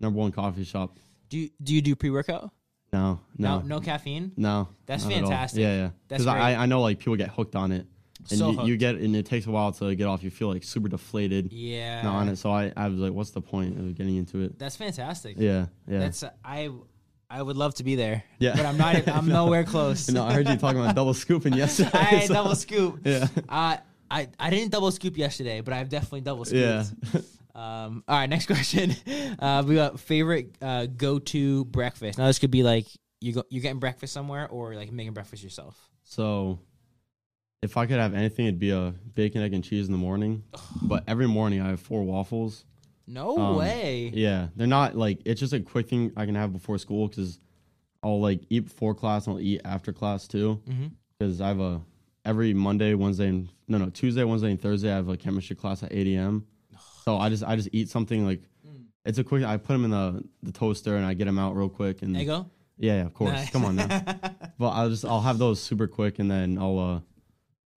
S4: number one coffee shop.
S3: Do you, do you do pre workout?
S4: No, no,
S3: no caffeine.
S4: No,
S3: That's
S4: not at all.
S3: fantastic.
S4: Yeah, yeah.
S3: That's
S4: Because I, I know like people get hooked on it, and
S3: So
S4: you, you get and it takes a while to get off. You feel like super deflated
S3: Yeah.
S4: on it. So I, I was like, what's the point of getting into it?
S3: That's fantastic.
S4: Yeah, yeah.
S3: That's I I would love to be there.
S4: Yeah.
S3: But I'm not. I'm nowhere close.
S4: no, I heard you talking about double scooping yesterday.
S3: I had
S4: so-
S3: double scoop.
S4: Yeah.
S3: Uh, I I didn't double scoop yesterday, but I've definitely double scooped.
S4: Yeah.
S3: Um, all right, next question. Uh, we got favorite uh, go to breakfast. Now this could be like you go you're getting breakfast somewhere or like making breakfast yourself.
S4: so if I could have anything, it'd be a bacon, egg, and cheese in the morning. but every morning I have four waffles.
S3: No
S4: Um,
S3: way.
S4: Yeah, they're not like it's just a quick thing I can have before school because I'll like eat before class and I'll eat after class too.
S3: Mhm.
S4: Because I have a every Monday, Wednesday, and no, no Tuesday, Wednesday, and Thursday I have a chemistry class at eight a.m. So I just I just eat something like
S3: Mm.
S4: it's a quick. I put them in the the toaster and I get them out real quick and
S3: There you go.
S4: yeah, yeah, of course.
S3: Nice.
S4: Come on now. but I'll just I'll have those super quick and then I'll uh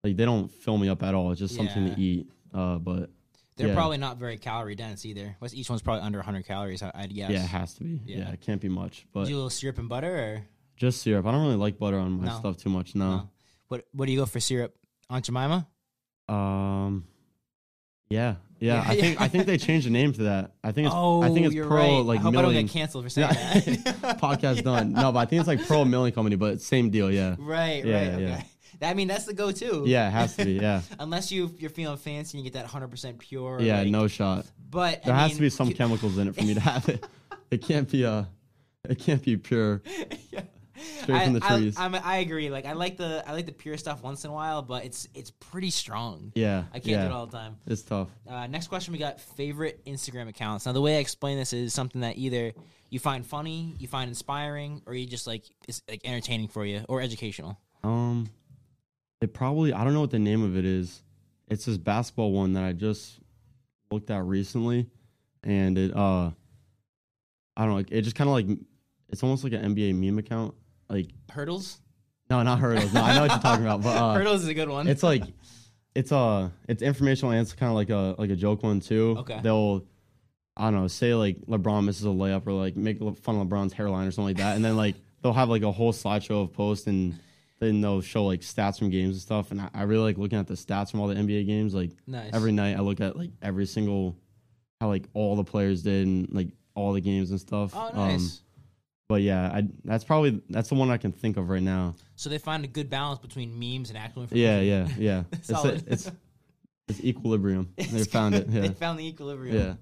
S4: like they don't fill me up at all. It's just something
S3: Yeah.
S4: to eat. Uh, but
S3: They're
S4: Yeah.
S3: probably not very calorie dense either. What's each one's probably under 100 calories. I, I'd guess.
S4: yeah, it has to be.
S3: Yeah.
S4: Yeah, it can't be much. But
S3: Do a little syrup and butter or
S4: Just syrup. I don't really like butter on my
S3: No.
S4: stuff too much. No.
S3: what? What do you go for syrup? Aunt Jemima.
S4: Um. Yeah, yeah.
S3: Yeah,
S4: I think
S3: yeah.
S4: I think they changed the name to that. I think it's
S3: oh,
S4: I think it's
S3: you're
S4: Pearl
S3: right.
S4: like
S3: I hope I don't
S4: Milling
S3: get canceled for saying
S4: Yeah.
S3: that.
S4: podcast done. No, but I think it's like Pearl Milling Company, but it's same deal. Yeah,
S3: Right,
S4: Yeah,
S3: right.
S4: yeah,
S3: Okay.
S4: yeah.
S3: I mean, that's the go-to.
S4: yeah. It has to be. Yeah,
S3: Unless you you're feeling fancy and you get that 100% pure.
S4: yeah.
S3: like-
S4: No shot.
S3: But
S4: There
S3: I
S4: has
S3: mean,
S4: to be some
S3: you-
S4: chemicals in it for me to have it. It can't be uh It can't be pure.
S3: yeah.
S4: straight from the
S3: I,
S4: trees.
S3: I, I'm- I agree. Like I like the I like the pure stuff once in a while, but it's it's pretty strong.
S4: Yeah.
S3: I can't
S4: yeah.
S3: do it all the time.
S4: It's tough.
S3: Uh, next question we got favorite Instagram accounts. Now the way I explain this is something that either you find funny, you find inspiring, or you just like is like entertaining for you or educational.
S4: Um, it probably I don't know what the name of it is. It's this basketball one that I just looked at recently, and it uh, I don't know. It just kind of like it's almost like an NBA meme account. Like
S3: Hurdles?
S4: no, not hurdles. No, I know what you're talking about, but uh,
S3: Hurdles is a good one.
S4: it's like it's uh it's informational and it's kind of like a like a joke one too.
S3: Okay.
S4: They'll I don't know say like LeBron misses a layup or like make le- fun of LeBron's hairline or something like that, and then like they'll have like a whole slideshow of posts and then they'll show like stats from games and stuff. And I, I really like looking at the stats from all the NBA games. Like
S3: nice.
S4: every night, I look at like every single how like all the players did and like all the games and stuff.
S3: oh,
S4: Um,
S3: nice.
S4: but yeah, I, that's probably that's the one I can think of right now.
S3: So they find a good balance between memes and actual information.
S4: Yeah, yeah, yeah. it's, a,
S3: Solid.
S4: it's it's equilibrium. they found it.
S3: they
S4: Yeah,
S3: found the equilibrium.
S4: yeah,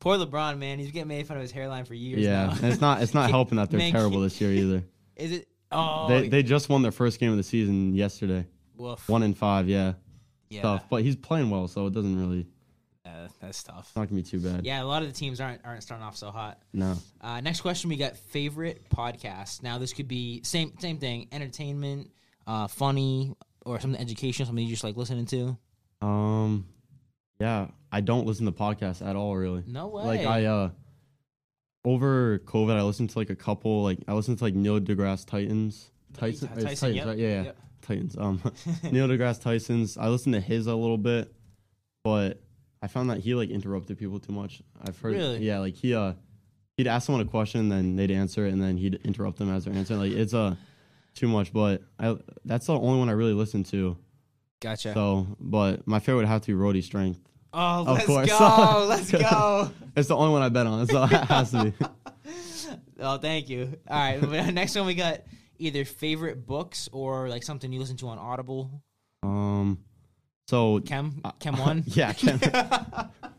S3: Poor LeBron, man. He's getting made fun of his hairline for years
S4: yeah.
S3: now.
S4: And it's not it's not helping that they're
S3: Man,
S4: terrible this year either.
S3: Is it? Oh,
S4: They they just won their first game of the season yesterday.
S3: woof.
S4: One in five. Yeah,
S3: yeah,
S4: tough. But he's playing well, so it doesn't really it's
S3: uh, that's tough.
S4: not gonna be too bad.
S3: Yeah, a lot of the teams aren't aren't starting off so hot.
S4: No.
S3: Uh, next question, we got favorite podcast. Now this could be same same thing, entertainment, uh, funny, or something educational, something you just like listening to.
S4: Um. Yeah, I don't listen to podcasts at all. Really.
S3: No way.
S4: Like I uh. Over COVID, I listened to like a couple. Like I listened to like Neil deGrasse Titans. Tyson, it's Titans,
S3: yep,
S4: right? Yeah, yeah.
S3: yep.
S4: Titans. Um, Neil deGrasse Tyson's. I listened to his a little bit, but I found that he like interrupted people too much. I've heard,
S3: Really?
S4: yeah, like he uh, he'd ask someone a question, then they'd answer it, and then he'd interrupt them as they're answering. Like it's uh, too much. But I that's the only one I really listen to.
S3: Gotcha.
S4: So, but my favorite would have to be Rody Strength.
S3: oh,
S4: of
S3: let's
S4: course.
S3: go. let's go.
S4: It's the only one I bet on. So it has to be.
S3: Oh, thank you. All right. but next one we got either favorite books or like something you listen to on Audible.
S4: Um, so
S3: Chem, Chem One.
S4: Uh, yeah, Chem,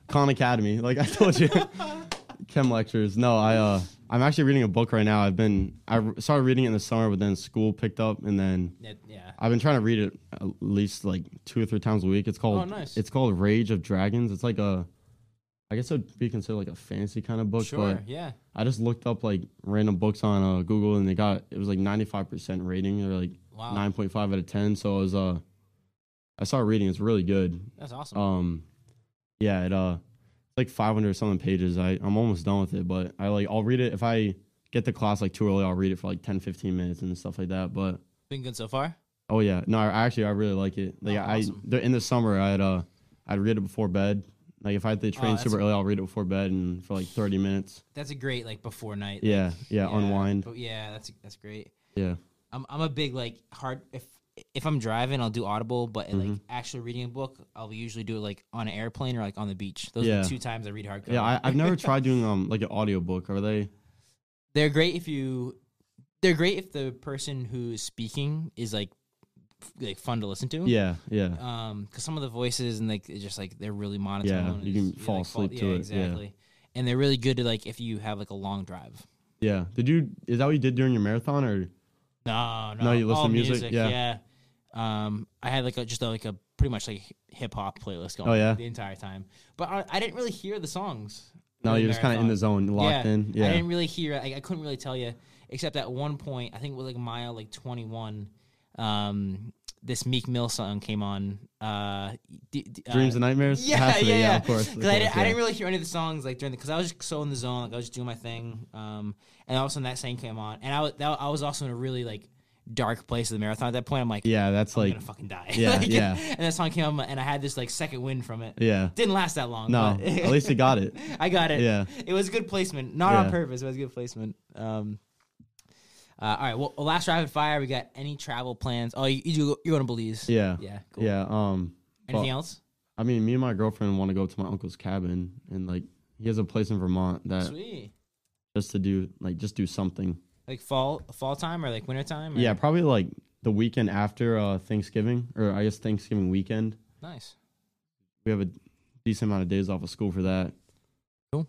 S4: Khan Academy. Like I told you, Chem lectures. No, I uh, I'm actually reading a book right now. I've been I r- started reading it in the summer, but then school picked up, and then
S3: It- yeah.
S4: I've been trying to read it at least like two or three times a week. It's called
S3: Oh, nice.
S4: It's called Rage of Dragons. It's like a, I guess it'd be considered like a fantasy kind of book,
S3: Sure.
S4: but
S3: Yeah.
S4: I just looked up like random books on uh, Google and they got it was like 95% rating or like
S3: Wow.
S4: 9.5 out of 10. So I was uh I started reading. It's really good.
S3: That's awesome.
S4: Um yeah, it uh it's like 500 something pages. I I'm almost done with it, but I like I'll read it if I get the class like too early, I'll read it for like 10 15 minutes and stuff like that, but
S3: Been good so far.
S4: oh yeah. No, I actually I really like it. Like
S3: Oh,
S4: I
S3: awesome.
S4: there in the summer I'd uh I'd read it before bed. Like if I had to train
S3: Oh, that's
S4: super
S3: a-
S4: early, I'll read it before bed and for like 30 minutes.
S3: That's a great like before night.
S4: Yeah, yeah, unwind.
S3: But yeah, that's that's great.
S4: Yeah.
S3: I'm I'm a big like hard if if I'm driving, I'll do Audible, but
S4: Mm-hmm.
S3: like actually reading a book, I'll usually do it like on an airplane or like on the beach. Those are
S4: Yeah.
S3: the two times I read hardcover.
S4: Yeah, I, I've never tried doing um like an audiobook. Are they?
S3: they're great if you they're great if the person who's speaking is like f- like fun to listen to.
S4: Yeah, yeah.
S3: Um, because some of the voices and like it's just like they're really monotone.
S4: Yeah, you can
S3: It's-
S4: fall asleep to
S3: yeah,
S4: it, yeah.
S3: Exactly. And they're really good to like if you have like a long drive.
S4: Yeah. Did you is that what you did during your marathon or
S3: No, no.
S4: No, you listen
S3: all
S4: to music?
S3: Yeah. Um, I had like a, just a, like a pretty much like hip hop playlist going.
S4: Oh, yeah?
S3: the entire time. But I, I didn't really hear the songs.
S4: No,
S3: during
S4: you're just kind of in
S3: marathon.
S4: the zone, locked in.
S3: I
S4: Yeah.
S3: didn't really hear. I, I couldn't really tell you, except at one point, I think it was like mile like twenty one. Um, this Meek Mill song came on. Uh, d- d- uh,
S4: Dreams and nightmares.
S3: yeah,
S4: Has to be,
S3: yeah, yeah,
S4: Of course. of
S3: 'Cause I,
S4: course,
S3: didn't, I
S4: yeah.
S3: didn't really hear any of the songs like during the because I was just so in the zone, like I was just doing my thing. Um, and all of a sudden that song came on, and I was that, I was also in a really like dark place of the marathon at that point. I'm like,
S4: yeah, that's
S3: I'm
S4: like.
S3: gonna fucking die.
S4: yeah,
S3: Like,
S4: yeah.
S3: And that song came on, and I had this like second wind from it.
S4: Yeah.
S3: Didn't last that long.
S4: No,
S3: but-
S4: at least you got it.
S3: I got it.
S4: Yeah.
S3: It was good placement. Not on
S4: Yeah.
S3: purpose. It was good placement. Um, uh, all right. Well, last rapid fire. We got any travel plans? Oh, you, you do, you're going to Belize.
S4: Yeah.
S3: Yeah. Cool.
S4: Yeah. Um. but,
S3: Anything else?
S4: I mean, me and my girlfriend want to go to my uncle's cabin, and like he has a place in Vermont that
S3: Sweet.
S4: just to do like just do something.
S3: Like fall, fall time or like winter time? Or?
S4: Yeah, probably like the weekend after uh, Thanksgiving, or I guess Thanksgiving weekend.
S3: Nice.
S4: we have a decent amount of days off of school for that.
S3: Cool.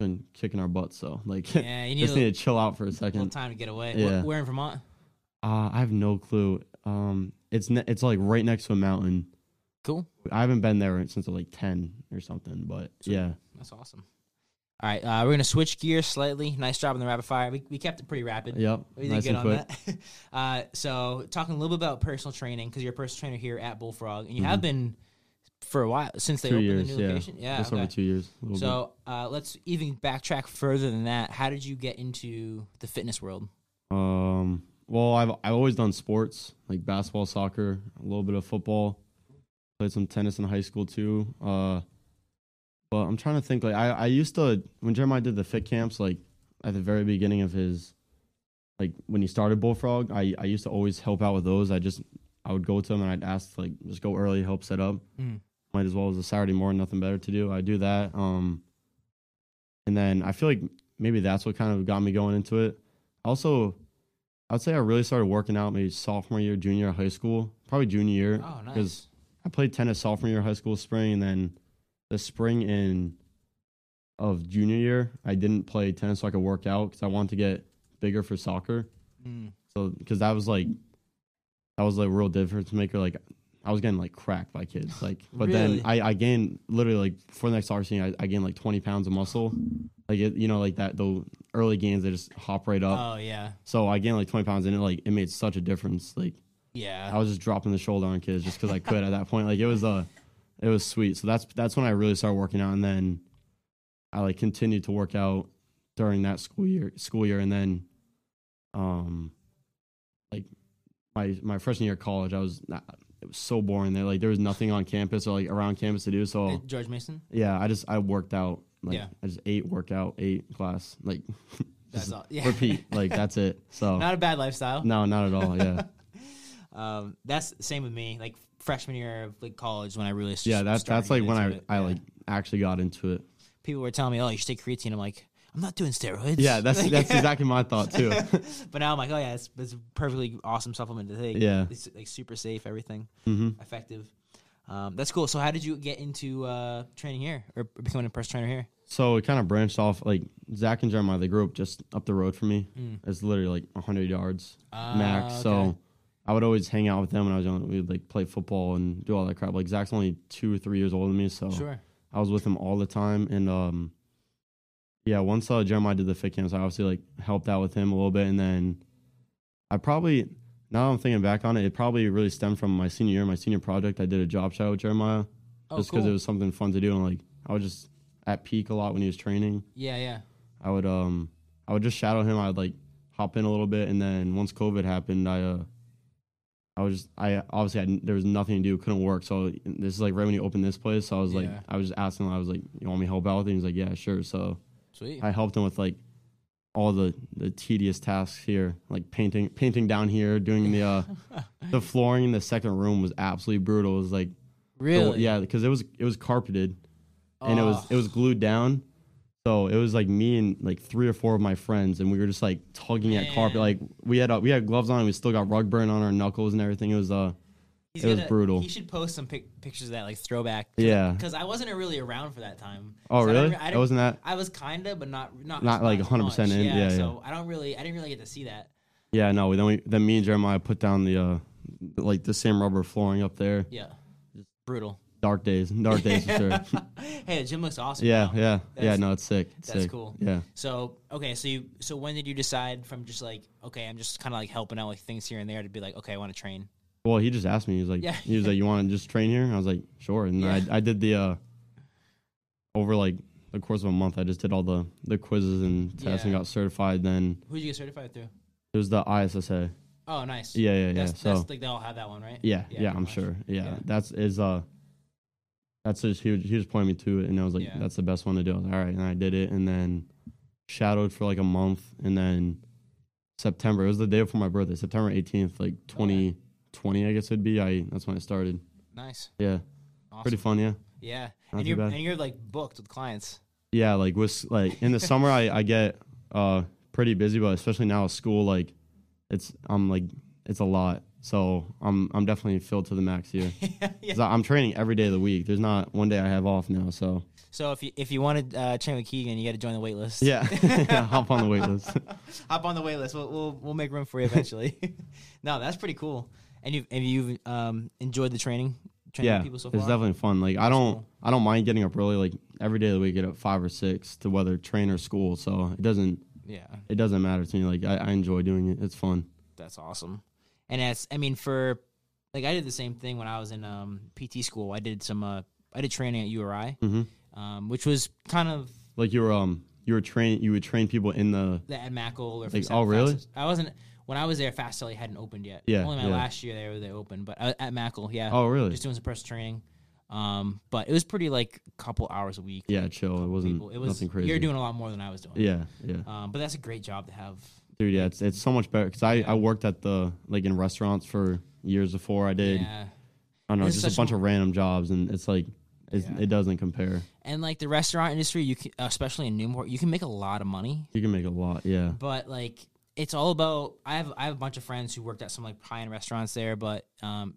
S4: Been kicking our butts, so like
S3: Yeah. You need
S4: just
S3: a little,
S4: need to chill out for a
S3: little
S4: second.
S3: time to get away.
S4: Yeah.
S3: We're, in Vermont.
S4: Uh, I have no clue. Um, it's ne- it's like right next to a mountain.
S3: Cool.
S4: I haven't been there since I was like ten or something, but
S3: Sweet.
S4: yeah,
S3: That's awesome. All right. Uh, we're going to switch gears slightly. Nice job on the rapid fire. We, we kept it pretty rapid.
S4: yep,
S3: We did good on that. uh, so, talking a little bit about personal training because you're a personal trainer here at Bullfrog, and you have been for a while since they
S4: Mm-hmm. Two
S3: opened
S4: years,
S3: the new
S4: yeah,
S3: location. Yeah.
S4: just over
S3: okay.
S4: two years. a little
S3: So, uh, let's even backtrack further than that. How did you get into the fitness world?
S4: bit. um, well, I've I've always done sports like basketball, soccer, a little bit of football. Played some tennis in high school too. Uh, But I'm trying to think. Like I, I used to when Jeremiah did the fit camps, like at the very beginning of his, like when he started Bullfrog, I, I used to always help out with those. I just I would go to him and I'd ask like just go early, help set up.
S3: Mm.
S4: Might as well as a Saturday morning, nothing better to do. I do that. Um, and then I feel like maybe that's what kind of got me going into it. Also, I'd say I really started working out maybe sophomore year, junior year of high school, probably junior year.
S3: Oh, nice.
S4: 'Cause I played tennis sophomore year of high school spring, and then the spring in of junior year, I didn't play tennis so I could work out because I wanted to get bigger for soccer.
S3: Mm.
S4: So because that was like that was like a real difference maker. Like I was getting like cracked by kids. Like, but
S3: Really?
S4: then I I gained literally like for the next soccer scene, I, I gained like twenty pounds of muscle. Like it, you know, like that the early gains they just hop right up.
S3: Oh yeah,
S4: so I gained like twenty pounds, and it like it made such a difference. Like. I
S3: yeah.
S4: was just dropping the shoulder on kids just because I could at that point. Like it was uh it was sweet. So that's that's when I really started working out, and then I like continued to work out during that school year school year, and then um like my my freshman year of college, I was not, it was so boring there. Like there was nothing on campus or like around campus to do. So
S3: At Uh, George Mason.
S4: yeah, I just I worked out. Like
S3: Yeah.
S4: I just ate, workout, ate, class, like
S3: That's all. Yeah.
S4: repeat. Like that's it. So
S3: Not a bad lifestyle.
S4: no, not at all. Yeah,
S3: Um, that's the same with me. Like freshman year of like college, when I really s-
S4: yeah. That's
S3: started
S4: that's like
S3: getting
S4: when I
S3: into it.
S4: I
S3: Yeah.
S4: like actually got into it.
S3: people were telling me, "Oh, you should take creatine." I'm like, "I'm not doing steroids."
S4: Yeah, that's
S3: Like-
S4: that's exactly my thought too.
S3: but now I'm like, "Oh yeah, it's, it's a perfectly awesome supplement to take.
S4: Yeah. mm-hmm.
S3: it's like super safe, everything effective." Um, that's cool. So, how did you get into uh, training here or becoming a personal trainer here?
S4: So it kind of branched off. Like Zach and Jeremiah, they grew up just up the road from me. It's literally like 100 yards max.
S3: Ah, okay.
S4: So I would always hang out with them when I was young. We'd like play football and do all that crap. Like Zach's only two or three years older than me, so
S3: Sure.
S4: I was with him all the time. And um, yeah, once uh, Jeremiah did the fit camps, I obviously like helped out with him a little bit. And then I probably now I'm thinking back on it, it probably really stemmed from my senior year, my senior project. I did a job shadow with Jeremiah
S3: Oh,
S4: just
S3: cool.
S4: because it was something fun to do. And like I was just at peak a lot when he was training.
S3: yeah, yeah.
S4: I would um I would just shadow him. I'd like hop in a little bit, and then once COVID happened, I uh I was just I obviously had there was nothing to do, couldn't work. So this is like right when you opened this place. So I was like
S3: Yeah.
S4: I was just asking. him, I was like, you want me to help out with it? He was like, yeah, sure. So
S3: Sweet.
S4: I helped him with like all the the tedious tasks here, like painting painting down here, doing the uh the flooring in the second room was absolutely brutal. It was like the-
S3: really?
S4: yeah, because it was it was carpeted and it was
S3: Oh.
S4: it was glued down. So it was like me and like three or four of my friends, and we were just like tugging at carpet.
S3: Man.
S4: Like we had uh, we had gloves on, and we still got rug burn on our knuckles and everything. It was uh
S3: He's
S4: it was brutal.
S3: He should post some pic- pictures of that, like throwback.
S4: Yeah.
S3: Because I wasn't really around for that time.
S4: oh
S3: So I don't
S4: really?
S3: re- I
S4: I
S3: don't-
S4: wasn't that
S3: I was kinda, but not not
S4: Not, like,
S3: as
S4: 100%
S3: much.
S4: in, yeah, yeah.
S3: So I don't really, I didn't really get to see that.
S4: yeah no. Then we then me and Jeremiah put down the uh like the same rubber flooring up there.
S3: Yeah, brutal.
S4: Dark days, dark days for sure.
S3: hey, the gym looks awesome.
S4: Yeah
S3: now.
S4: yeah yeah
S3: That's-
S4: no, it's sick. It's
S3: that's
S4: sick.
S3: cool.
S4: Yeah.
S3: So okay, so you so when did you decide from just like okay, I'm just kind of like helping out with things here and there to be like okay, I want to train.
S4: Well, he just asked me. He was like,
S3: Yeah.
S4: he was like, you want to just train here? I was like, sure. And
S3: Yeah.
S4: then I, I did the uh, over like the course of a month. I just did all the the quizzes and tests and
S3: Yeah.
S4: got certified. Then
S3: Who did you get certified through?
S4: it was the ISSA.
S3: Oh, nice.
S4: Yeah, yeah, yeah.
S3: That's,
S4: so
S3: that's like they all have that one, right?
S4: yeah,
S3: yeah,
S4: yeah,
S3: pretty
S4: I'm
S3: much.
S4: sure. Yeah,
S3: Yeah.
S4: that's is uh, that's just he was, he was pointing me to it, and I was like,
S3: Yeah.
S4: that's the best one to do. I was like, all right, and I did it, and then shadowed for like a month, and then September. It was the day before my birthday, September 18th, like 2020, I guess it'd be. I that's when I started.
S3: Nice.
S4: Yeah.
S3: Awesome.
S4: Pretty fun, yeah.
S3: Yeah.
S4: Not
S3: and
S4: too
S3: you're
S4: bad.
S3: and you're like booked with clients.
S4: Yeah, like with like in the summer, I I get uh pretty busy, but especially now with school, like it's I'm like it's a lot, so I'm I'm definitely filled to the max here.
S3: yeah.
S4: 'Cause I- I'm training every day of the week. There's not one day I have off now, so
S3: So if you if you want to uh, train with Keegan, you got to join the wait list.
S4: yeah, yeah hop on the wait list.
S3: hop on the wait list. We'll we'll, we'll make room for you eventually. no, that's pretty cool. And you've and you've um, enjoyed the training training
S4: Yeah,
S3: people so far.
S4: it's definitely fun. Like I don't
S3: cool.
S4: I don't mind getting up early, like every day of the week, get up five or six to whether train or school. So it doesn't
S3: yeah,
S4: it doesn't matter to me. Like I, I enjoy doing it. It's fun.
S3: that's awesome. And that's I mean for like I did the same thing when I was in um, PT school. I did some uh, I did training at URI,
S4: Mm-hmm.
S3: um, which was kind of
S4: Like you were um you were train you would train people in the
S3: the Ed Mackle or
S4: Like,
S3: Fast-
S4: oh, really?
S3: Fast- I wasn't when I was there. Fast Sally hadn't opened yet.
S4: Yeah,
S3: only my
S4: yeah.
S3: last year there they opened, but uh, at Mackle, yeah.
S4: Oh, really?
S3: Just doing some personal training. Um, but it was pretty like a couple hours a week.
S4: Yeah, chill. It wasn't
S3: people. It was
S4: nothing crazy.
S3: you're doing a lot more than I was doing.
S4: yeah, yeah,
S3: Um, but that's a great job to have.
S4: dude. Yeah, it's it's so much better because I, I worked at the like in restaurants for years before. I did
S3: Yeah.
S4: I don't know
S3: It's
S4: just
S3: such
S4: a bunch
S3: a-
S4: of random jobs, and it's like it's,
S3: Yeah.
S4: it doesn't compare.
S3: And like the restaurant industry, you can, especially in Newport, you can make a lot of money.
S4: You can make a lot. Yeah,
S3: But like it's all about I have I have a bunch of friends who worked at some like high end restaurants there, but um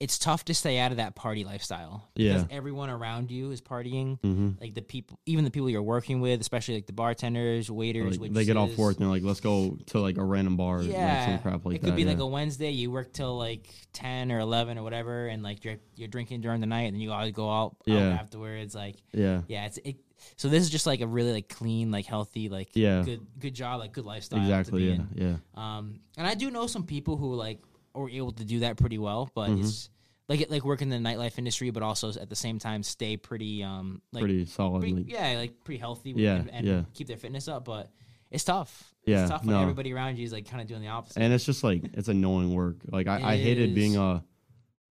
S3: it's tough to stay out of that party lifestyle because
S4: Yeah. Mm-hmm.
S3: everyone around you is partying. Like the people, even the people you're working with, especially like the bartenders, waiters,
S4: like, they get all
S3: waitresses.
S4: forth and they're like, let's go to like a random bar, or like, some crap like
S3: it
S4: that.
S3: could be
S4: yeah.
S3: like a Wednesday. You work till like ten or eleven or whatever, and like you're you're drinking during the night, and then you all go out, out
S4: Yeah.
S3: afterwards. Like
S4: yeah.
S3: yeah, it's it. So this is just like a really like clean, like healthy, like
S4: Yeah.
S3: good good job, like good lifestyle. to
S4: Exactly.
S3: be
S4: Yeah.
S3: in.
S4: Yeah.
S3: Um, and I do know some people who like were able to do that pretty well, but
S4: Mm-hmm.
S3: it's like it like work in the nightlife industry, but also at the same time stay pretty um like
S4: Pretty solid.
S3: pretty-
S4: like,
S3: yeah, like pretty healthy.
S4: Yeah,
S3: and, and
S4: yeah.
S3: keep their fitness up, but it's tough.
S4: Yeah,
S3: it's tough when
S4: no.
S3: everybody around you is like kind of doing the opposite.
S4: and it's just like it's annoying work. Like I,
S3: It
S4: I hated
S3: is.
S4: being a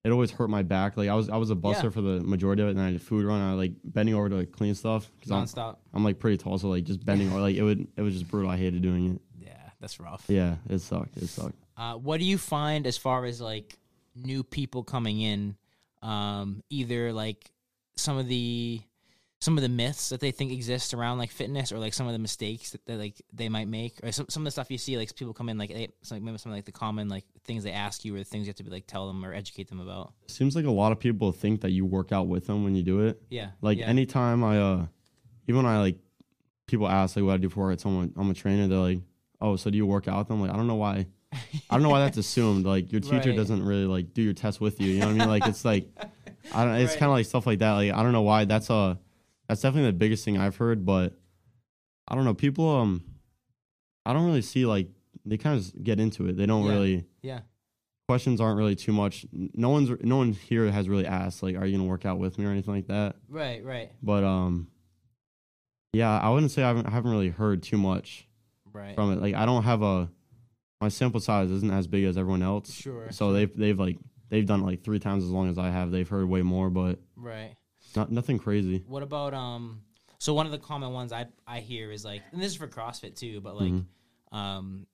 S4: it always hurt my back. Like I was I was a buster
S3: Yeah.
S4: for the majority of it, and then I did food run. I like bending over to like clean stuff because I'm,
S3: nonstop.
S4: I'm like pretty tall, so like just bending over, like it would it was just brutal. I hated doing it.
S3: Yeah, that's rough.
S4: Yeah, it sucked. It sucked.
S3: Uh, what do you find as far as like new people coming in? Um, either like some of the some of the myths that they think exist around like fitness, or like some of the mistakes that they, like they might make, or some some of the stuff you see like people come in like they, it's like maybe some of like the common like things they ask you or the things you have to be like tell them or educate them about.
S4: Seems like a lot of people think that you work out with them when you do it.
S3: Yeah,
S4: Like
S3: yeah.
S4: anytime I uh even when I like people ask like what I do for work, someone I'm a trainer, they're like, Oh, so do you work out with them? Like I don't know why I don't know why that's assumed. Like your teacher
S3: Right.
S4: doesn't really like do your test with you. You know what I mean? Like it's like I don't it's
S3: Right.
S4: kinda like stuff like that. Like I don't know why that's uh that's definitely the biggest thing I've heard, but I don't know, people um I don't really see like they kind of get into it. They don't
S3: Yeah.
S4: really
S3: yeah,
S4: questions aren't really too much. No one's no one here has really asked like, "Are you gonna work out with me?" or anything like that.
S3: right, right,
S4: But um, yeah, I wouldn't say I haven't, I haven't really heard too much
S3: right.
S4: from it. Like, I don't have a my sample size isn't as big as everyone else,
S3: sure,
S4: so they've they've like they've done it, like three times as long as I have. They've heard way more, but
S3: right.
S4: not nothing crazy.
S3: What about um? So one of the common ones I I hear is like, and this is for CrossFit too, but like,
S4: Mm-hmm.
S3: um,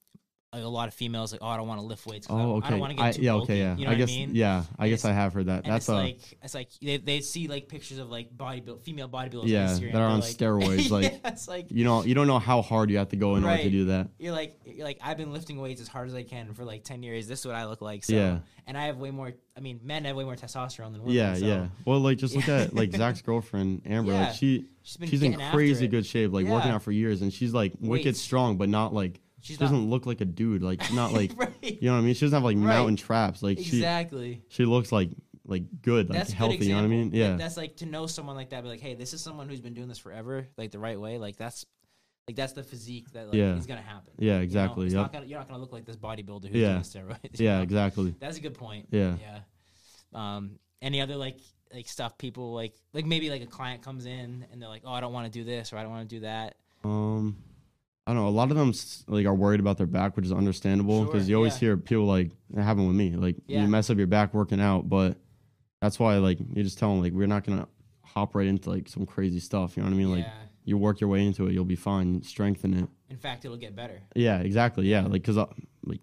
S3: like a lot of females like, oh, I don't want to lift weights. 'cause I
S4: Oh,
S3: don't-
S4: okay.
S3: I don't want to get too
S4: yeah,
S3: bulky.
S4: okay, yeah.
S3: You know
S4: I
S3: what
S4: guess
S3: I mean?
S4: yeah, I guess
S3: it's-
S4: I have heard that.
S3: And
S4: That's
S3: it's
S4: a
S3: like it's like they, they see like pictures of like bodybuild female bodybuilders
S4: Yeah,
S3: on Instagram.
S4: that are on
S3: they're like-
S4: steroids, like-
S3: yeah, it's like
S4: you know you don't know how hard you have to go in order to
S3: Right.
S4: do that.
S3: you're like you're like I've been lifting weights as hard as I can for like ten years. This is what I look like. So
S4: Yeah.
S3: and I have way more. I mean, men have way more testosterone than women.
S4: Yeah,
S3: so
S4: yeah. Well, like just look at like Zach's girlfriend Amber.
S3: Yeah.
S4: Like she
S3: She's been
S4: she's in
S3: getting after
S4: crazy
S3: it.
S4: good shape, like working
S3: Yeah.
S4: out for years, and she's like wicked
S3: Weights.
S4: strong, but not like she
S3: She's
S4: doesn't look like a dude. Like she's not like
S3: Right.
S4: you know what I mean. She doesn't have like
S3: Right.
S4: mountain traps. Like
S3: exactly.
S4: she she looks like like good, like
S3: that's a good
S4: healthy. You know what I
S3: example.
S4: mean?
S3: Like,
S4: Yeah,
S3: that's like to know someone like that. Be like, hey, this is someone who's been doing this forever, like the right way. Like that's, like that's the physique that like,
S4: Yeah.
S3: is gonna happen.
S4: Yeah, exactly,
S3: You are
S4: yep.
S3: not gonna, you're not gonna look like this bodybuilder who's
S4: Yeah.
S3: doing steroids. you
S4: yeah,
S3: know?
S4: exactly.
S3: That's a good point.
S4: Yeah.
S3: Yeah. Um. Any other like like stuff people like like maybe like a client comes in and they're like, oh, I don't want to do this or I don't want to do that.
S4: Um, I don't know. A lot of them s- like are worried about their back, which is understandable because
S3: Sure,
S4: you always
S3: yeah.
S4: hear people like it happened with me. Like
S3: Yeah.
S4: you mess up your back working out, but that's why like you just tell them like we're not gonna hop right into like some crazy stuff. You know what I mean? Like
S3: yeah.
S4: you work your way into it, you'll be fine. Strengthen it.
S3: In fact, it'll get better.
S4: Yeah, exactly. Yeah, like because like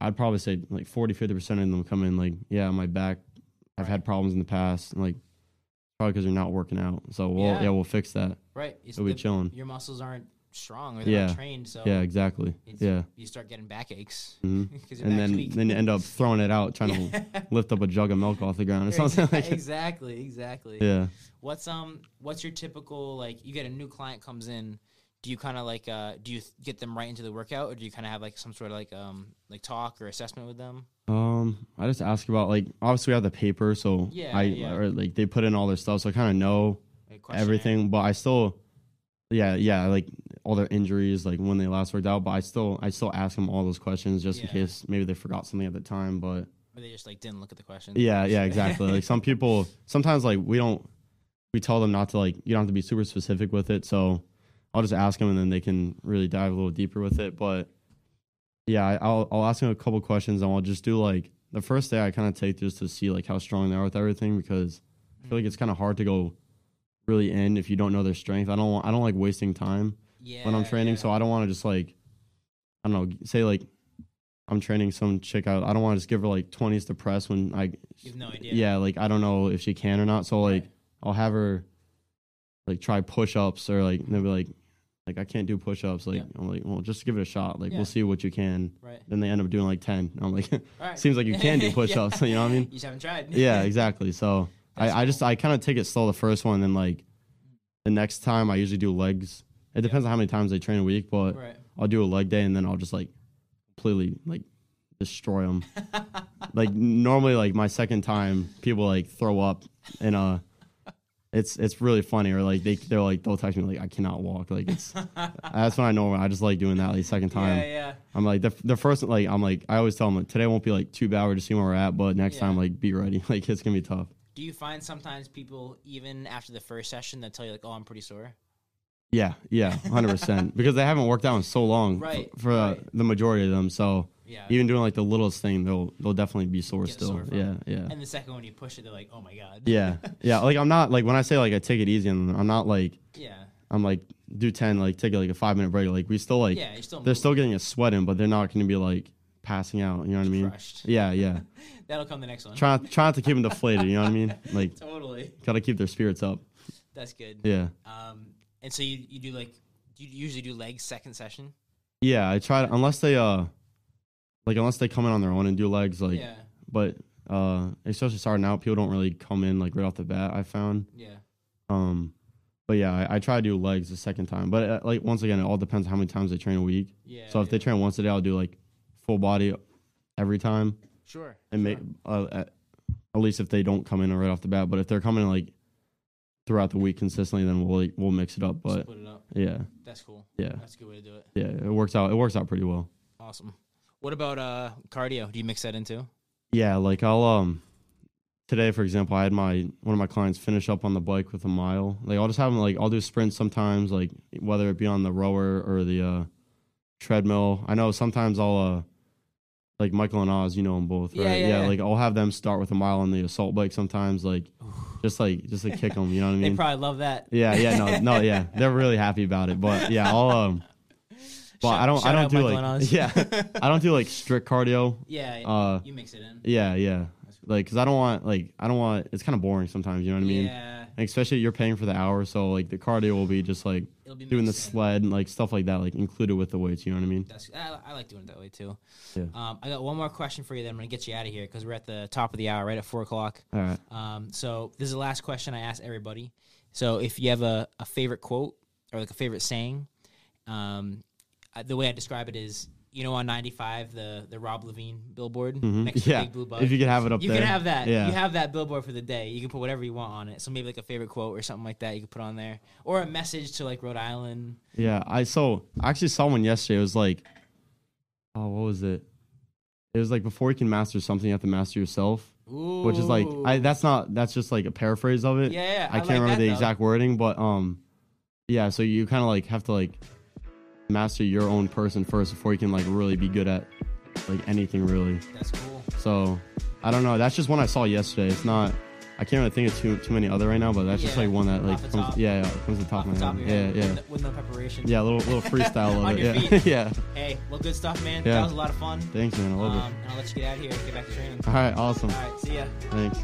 S4: I'd probably say like 40, 50 percent of them come in like yeah, my back, I've had problems in the past, and like probably because you're not working out. So we'll
S3: Yeah.
S4: yeah, we'll fix that.
S3: Right. It's
S4: It'll be
S3: the-
S4: chilling.
S3: Your muscles aren't strong or they're
S4: Yeah.
S3: not trained, so
S4: Yeah, exactly.
S3: it's-
S4: Yeah.
S3: you start getting backaches.
S4: hmm
S3: 'cause your
S4: And
S3: back's
S4: then
S3: weak.
S4: then you end up throwing it out, trying to lift up a jug of milk off the ground or something like that.
S3: exactly, exactly.
S4: Yeah.
S3: What's um what's your typical like you get a new client comes in, do you kind of like uh do you th- get them right into the workout or do you kind of have like some sort of like um like talk or assessment with them?
S4: Um, I just ask about like obviously we have the paper, so
S3: Yeah,
S4: I
S3: yeah.
S4: Or, like they put in all their stuff, so I kind of know
S3: Like questionnaire?
S4: everything, but I still, yeah, yeah, like all their injuries, like when they last worked out. But I still, I still ask them all those questions just
S3: Yeah.
S4: in case maybe they forgot something at the time. But
S3: Or they just like didn't look at the question.
S4: yeah, yeah, exactly. like some people, sometimes like we don't, we tell them not to like you don't have to be super specific with it. So I'll just ask them and then they can really dive a little deeper with it. But yeah, I- I'll I'll ask them a couple questions and I'll just do like the first day I kind of take just to see like how strong they are with everything because I feel like it's kind of hard to go really in if you don't know their strength. I don't want, I don't like wasting time
S3: yeah
S4: when I'm training.
S3: yeah.
S4: So I don't want to just like, I don't know, say like I'm training some chick out. I don't want to just give her like 20s to press when I,
S3: You have no idea.
S4: yeah, like I don't know if she can or not. So like
S3: Right.
S4: I'll have her like try push ups or like, and they'll be like, like I can't do push ups. Like
S3: Yeah.
S4: I'm like, well, just give it a shot. Like
S3: Yeah.
S4: we'll see what you can.
S3: Right.
S4: Then they end up doing like 10. And I'm like,
S3: All right.
S4: seems like you can do
S3: Yeah.
S4: push ups. You know what I mean?
S3: You just haven't tried.
S4: yeah, exactly. So I,
S3: That's
S4: I just I kind of take it slow the first one, then like the next time I usually do legs. It depends on how many times I train a week, but
S3: Right.
S4: I'll do a leg day and then I'll just like completely like destroy them. like normally, like my second time, people like throw up and uh. It's it's really funny, or like they they're like they'll text me like I cannot walk, like it's that's when I know I just like doing that like second time.
S3: Yeah, yeah.
S4: I'm like the the first like I'm like I always tell them like today won't be like too bad. We're just seeing where we're at, but next
S3: Yeah.
S4: time like be ready. Like it's gonna be tough.
S3: Do you find sometimes people even after the first session that tell you like, "Oh, I'm pretty sore?"
S4: Yeah, yeah, hundred percent. Because they haven't worked out in so long, f-
S3: Right,
S4: For uh,
S3: right.
S4: the majority of them, so
S3: Yeah.
S4: even doing like the littlest thing, they'll they'll definitely be sore
S3: Get
S4: still.
S3: sore from
S4: yeah,
S3: it.
S4: yeah,
S3: And the second one you push it, they're like, oh my god.
S4: yeah, yeah. Like I'm not like when I say like I take it easy, and I'm not like
S3: yeah.
S4: I'm like do ten, like take like a five minute break. Like we still like
S3: Yeah, you're still
S4: they're still getting a sweat in, but they're not going to be like passing out. You know what I mean?
S3: Crushed.
S4: Yeah, yeah.
S3: That'll come the next one.
S4: try try not to keep them deflated. You know what I mean? Like
S3: Totally.
S4: gotta keep their spirits up.
S3: That's good.
S4: Yeah.
S3: Um, and so you, you do like you usually do legs second session.
S4: Yeah, I try to, unless they uh like unless they come in on their own and do legs like
S3: yeah.
S4: but uh especially starting out people don't really come in like right off the bat I found.
S3: Yeah.
S4: Um but yeah, I, I try to do legs the second time. But uh, like once again, it all depends how many times they train a week.
S3: Yeah.
S4: so if they
S3: yeah.
S4: train once a day, I'll do like full body every time
S3: sure
S4: and make
S3: sure.
S4: uh, at, at least if they don't come in right off the bat. But if they're coming in like throughout the week consistently, then we'll like, we'll mix it up.
S3: Just
S4: But
S3: put it up.
S4: yeah,
S3: That's cool.
S4: yeah,
S3: That's a good way to do it.
S4: yeah, it works out. It works out pretty well.
S3: Awesome. What about uh cardio? Do you mix that into?
S4: Yeah, like I'll um today for example, I had my one of my clients finish up on the bike with a mile. Like I'll just have them like I'll do sprints sometimes, like whether it be on the rower or the uh treadmill. I know sometimes I'll uh like Michael and Oz, you know them both, right?
S3: Yeah, yeah, yeah.
S4: like I'll have them start with a mile on the assault bike sometimes, like just like just to kick them, you know what I
S3: They
S4: mean?
S3: probably love that.
S4: yeah, yeah, no, no, yeah, they're really happy about it. But yeah, I'll um, but
S3: Shout-
S4: I don't, I
S3: shout
S4: don't
S3: out
S4: do
S3: Michael and
S4: like,
S3: Oz.
S4: yeah, I don't do like strict cardio.
S3: Yeah.
S4: Uh,
S3: you mix it in.
S4: yeah, yeah. Like, cause I don't want, like, I don't want. It's kind of boring sometimes. You know what I mean?
S3: yeah.
S4: And especially you're paying for the hour, so like the cardio will be just like
S3: It'll be
S4: doing the
S3: mixed in.
S4: sled and like stuff like that, like included with the weights. You know what I mean?
S3: That's I, I like doing it that way too.
S4: Yeah.
S3: Um, I got one more question for you. Then I'm gonna get you out of here because we're at the top of the hour, right at four o'clock.
S4: All right.
S3: Um, so this is the last question I ask everybody. So if you have a, a favorite quote or like a favorite saying, um, I, the way I describe it is, you know, on 95, the, the Rob Levine billboard
S4: Mhm.
S3: next to
S4: Yeah.
S3: Big Blue Bug.
S4: If you could have it up
S3: You
S4: there,
S3: can have that.
S4: Yeah.
S3: You have that billboard for the day. You can put whatever you want on it. So maybe like a favorite quote or something like that you could put on there, or a message to like Rhode Island.
S4: Yeah, I so I actually saw one yesterday. It was like, oh, what was it? It was like before you can master something, you have to master yourself,
S3: Ooh.
S4: which is like I, that's not that's just like a paraphrase of it.
S3: Yeah, yeah,
S4: I,
S3: I like
S4: can't remember
S3: that,
S4: the
S3: though.
S4: exact wording, but um, yeah. So you kind of like have to like master your own person first before you can like really be good at like anything really.
S3: That's cool.
S4: So I don't know. That's just one I saw yesterday. It's not. I can't really think of too too many other right now, but that's just
S3: Yeah,
S4: like one that like
S3: off the
S4: comes
S3: top.
S4: yeah, yeah comes to the
S3: Off
S4: top of
S3: the
S4: my
S3: top
S4: head.
S3: of your head.
S4: Yeah, yeah.
S3: With, no- with no preparation.
S4: Yeah, a little little freestyle of
S3: On
S4: it.
S3: your
S4: yeah.
S3: feet.
S4: yeah.
S3: Hey, well, good stuff, man.
S4: Yeah.
S3: That was a lot of fun.
S4: Thanks, man. I love
S3: Um, and I'll let you get out of here and get back to training.
S4: it. All right, awesome.
S3: Um, All right, see ya.
S4: Thanks.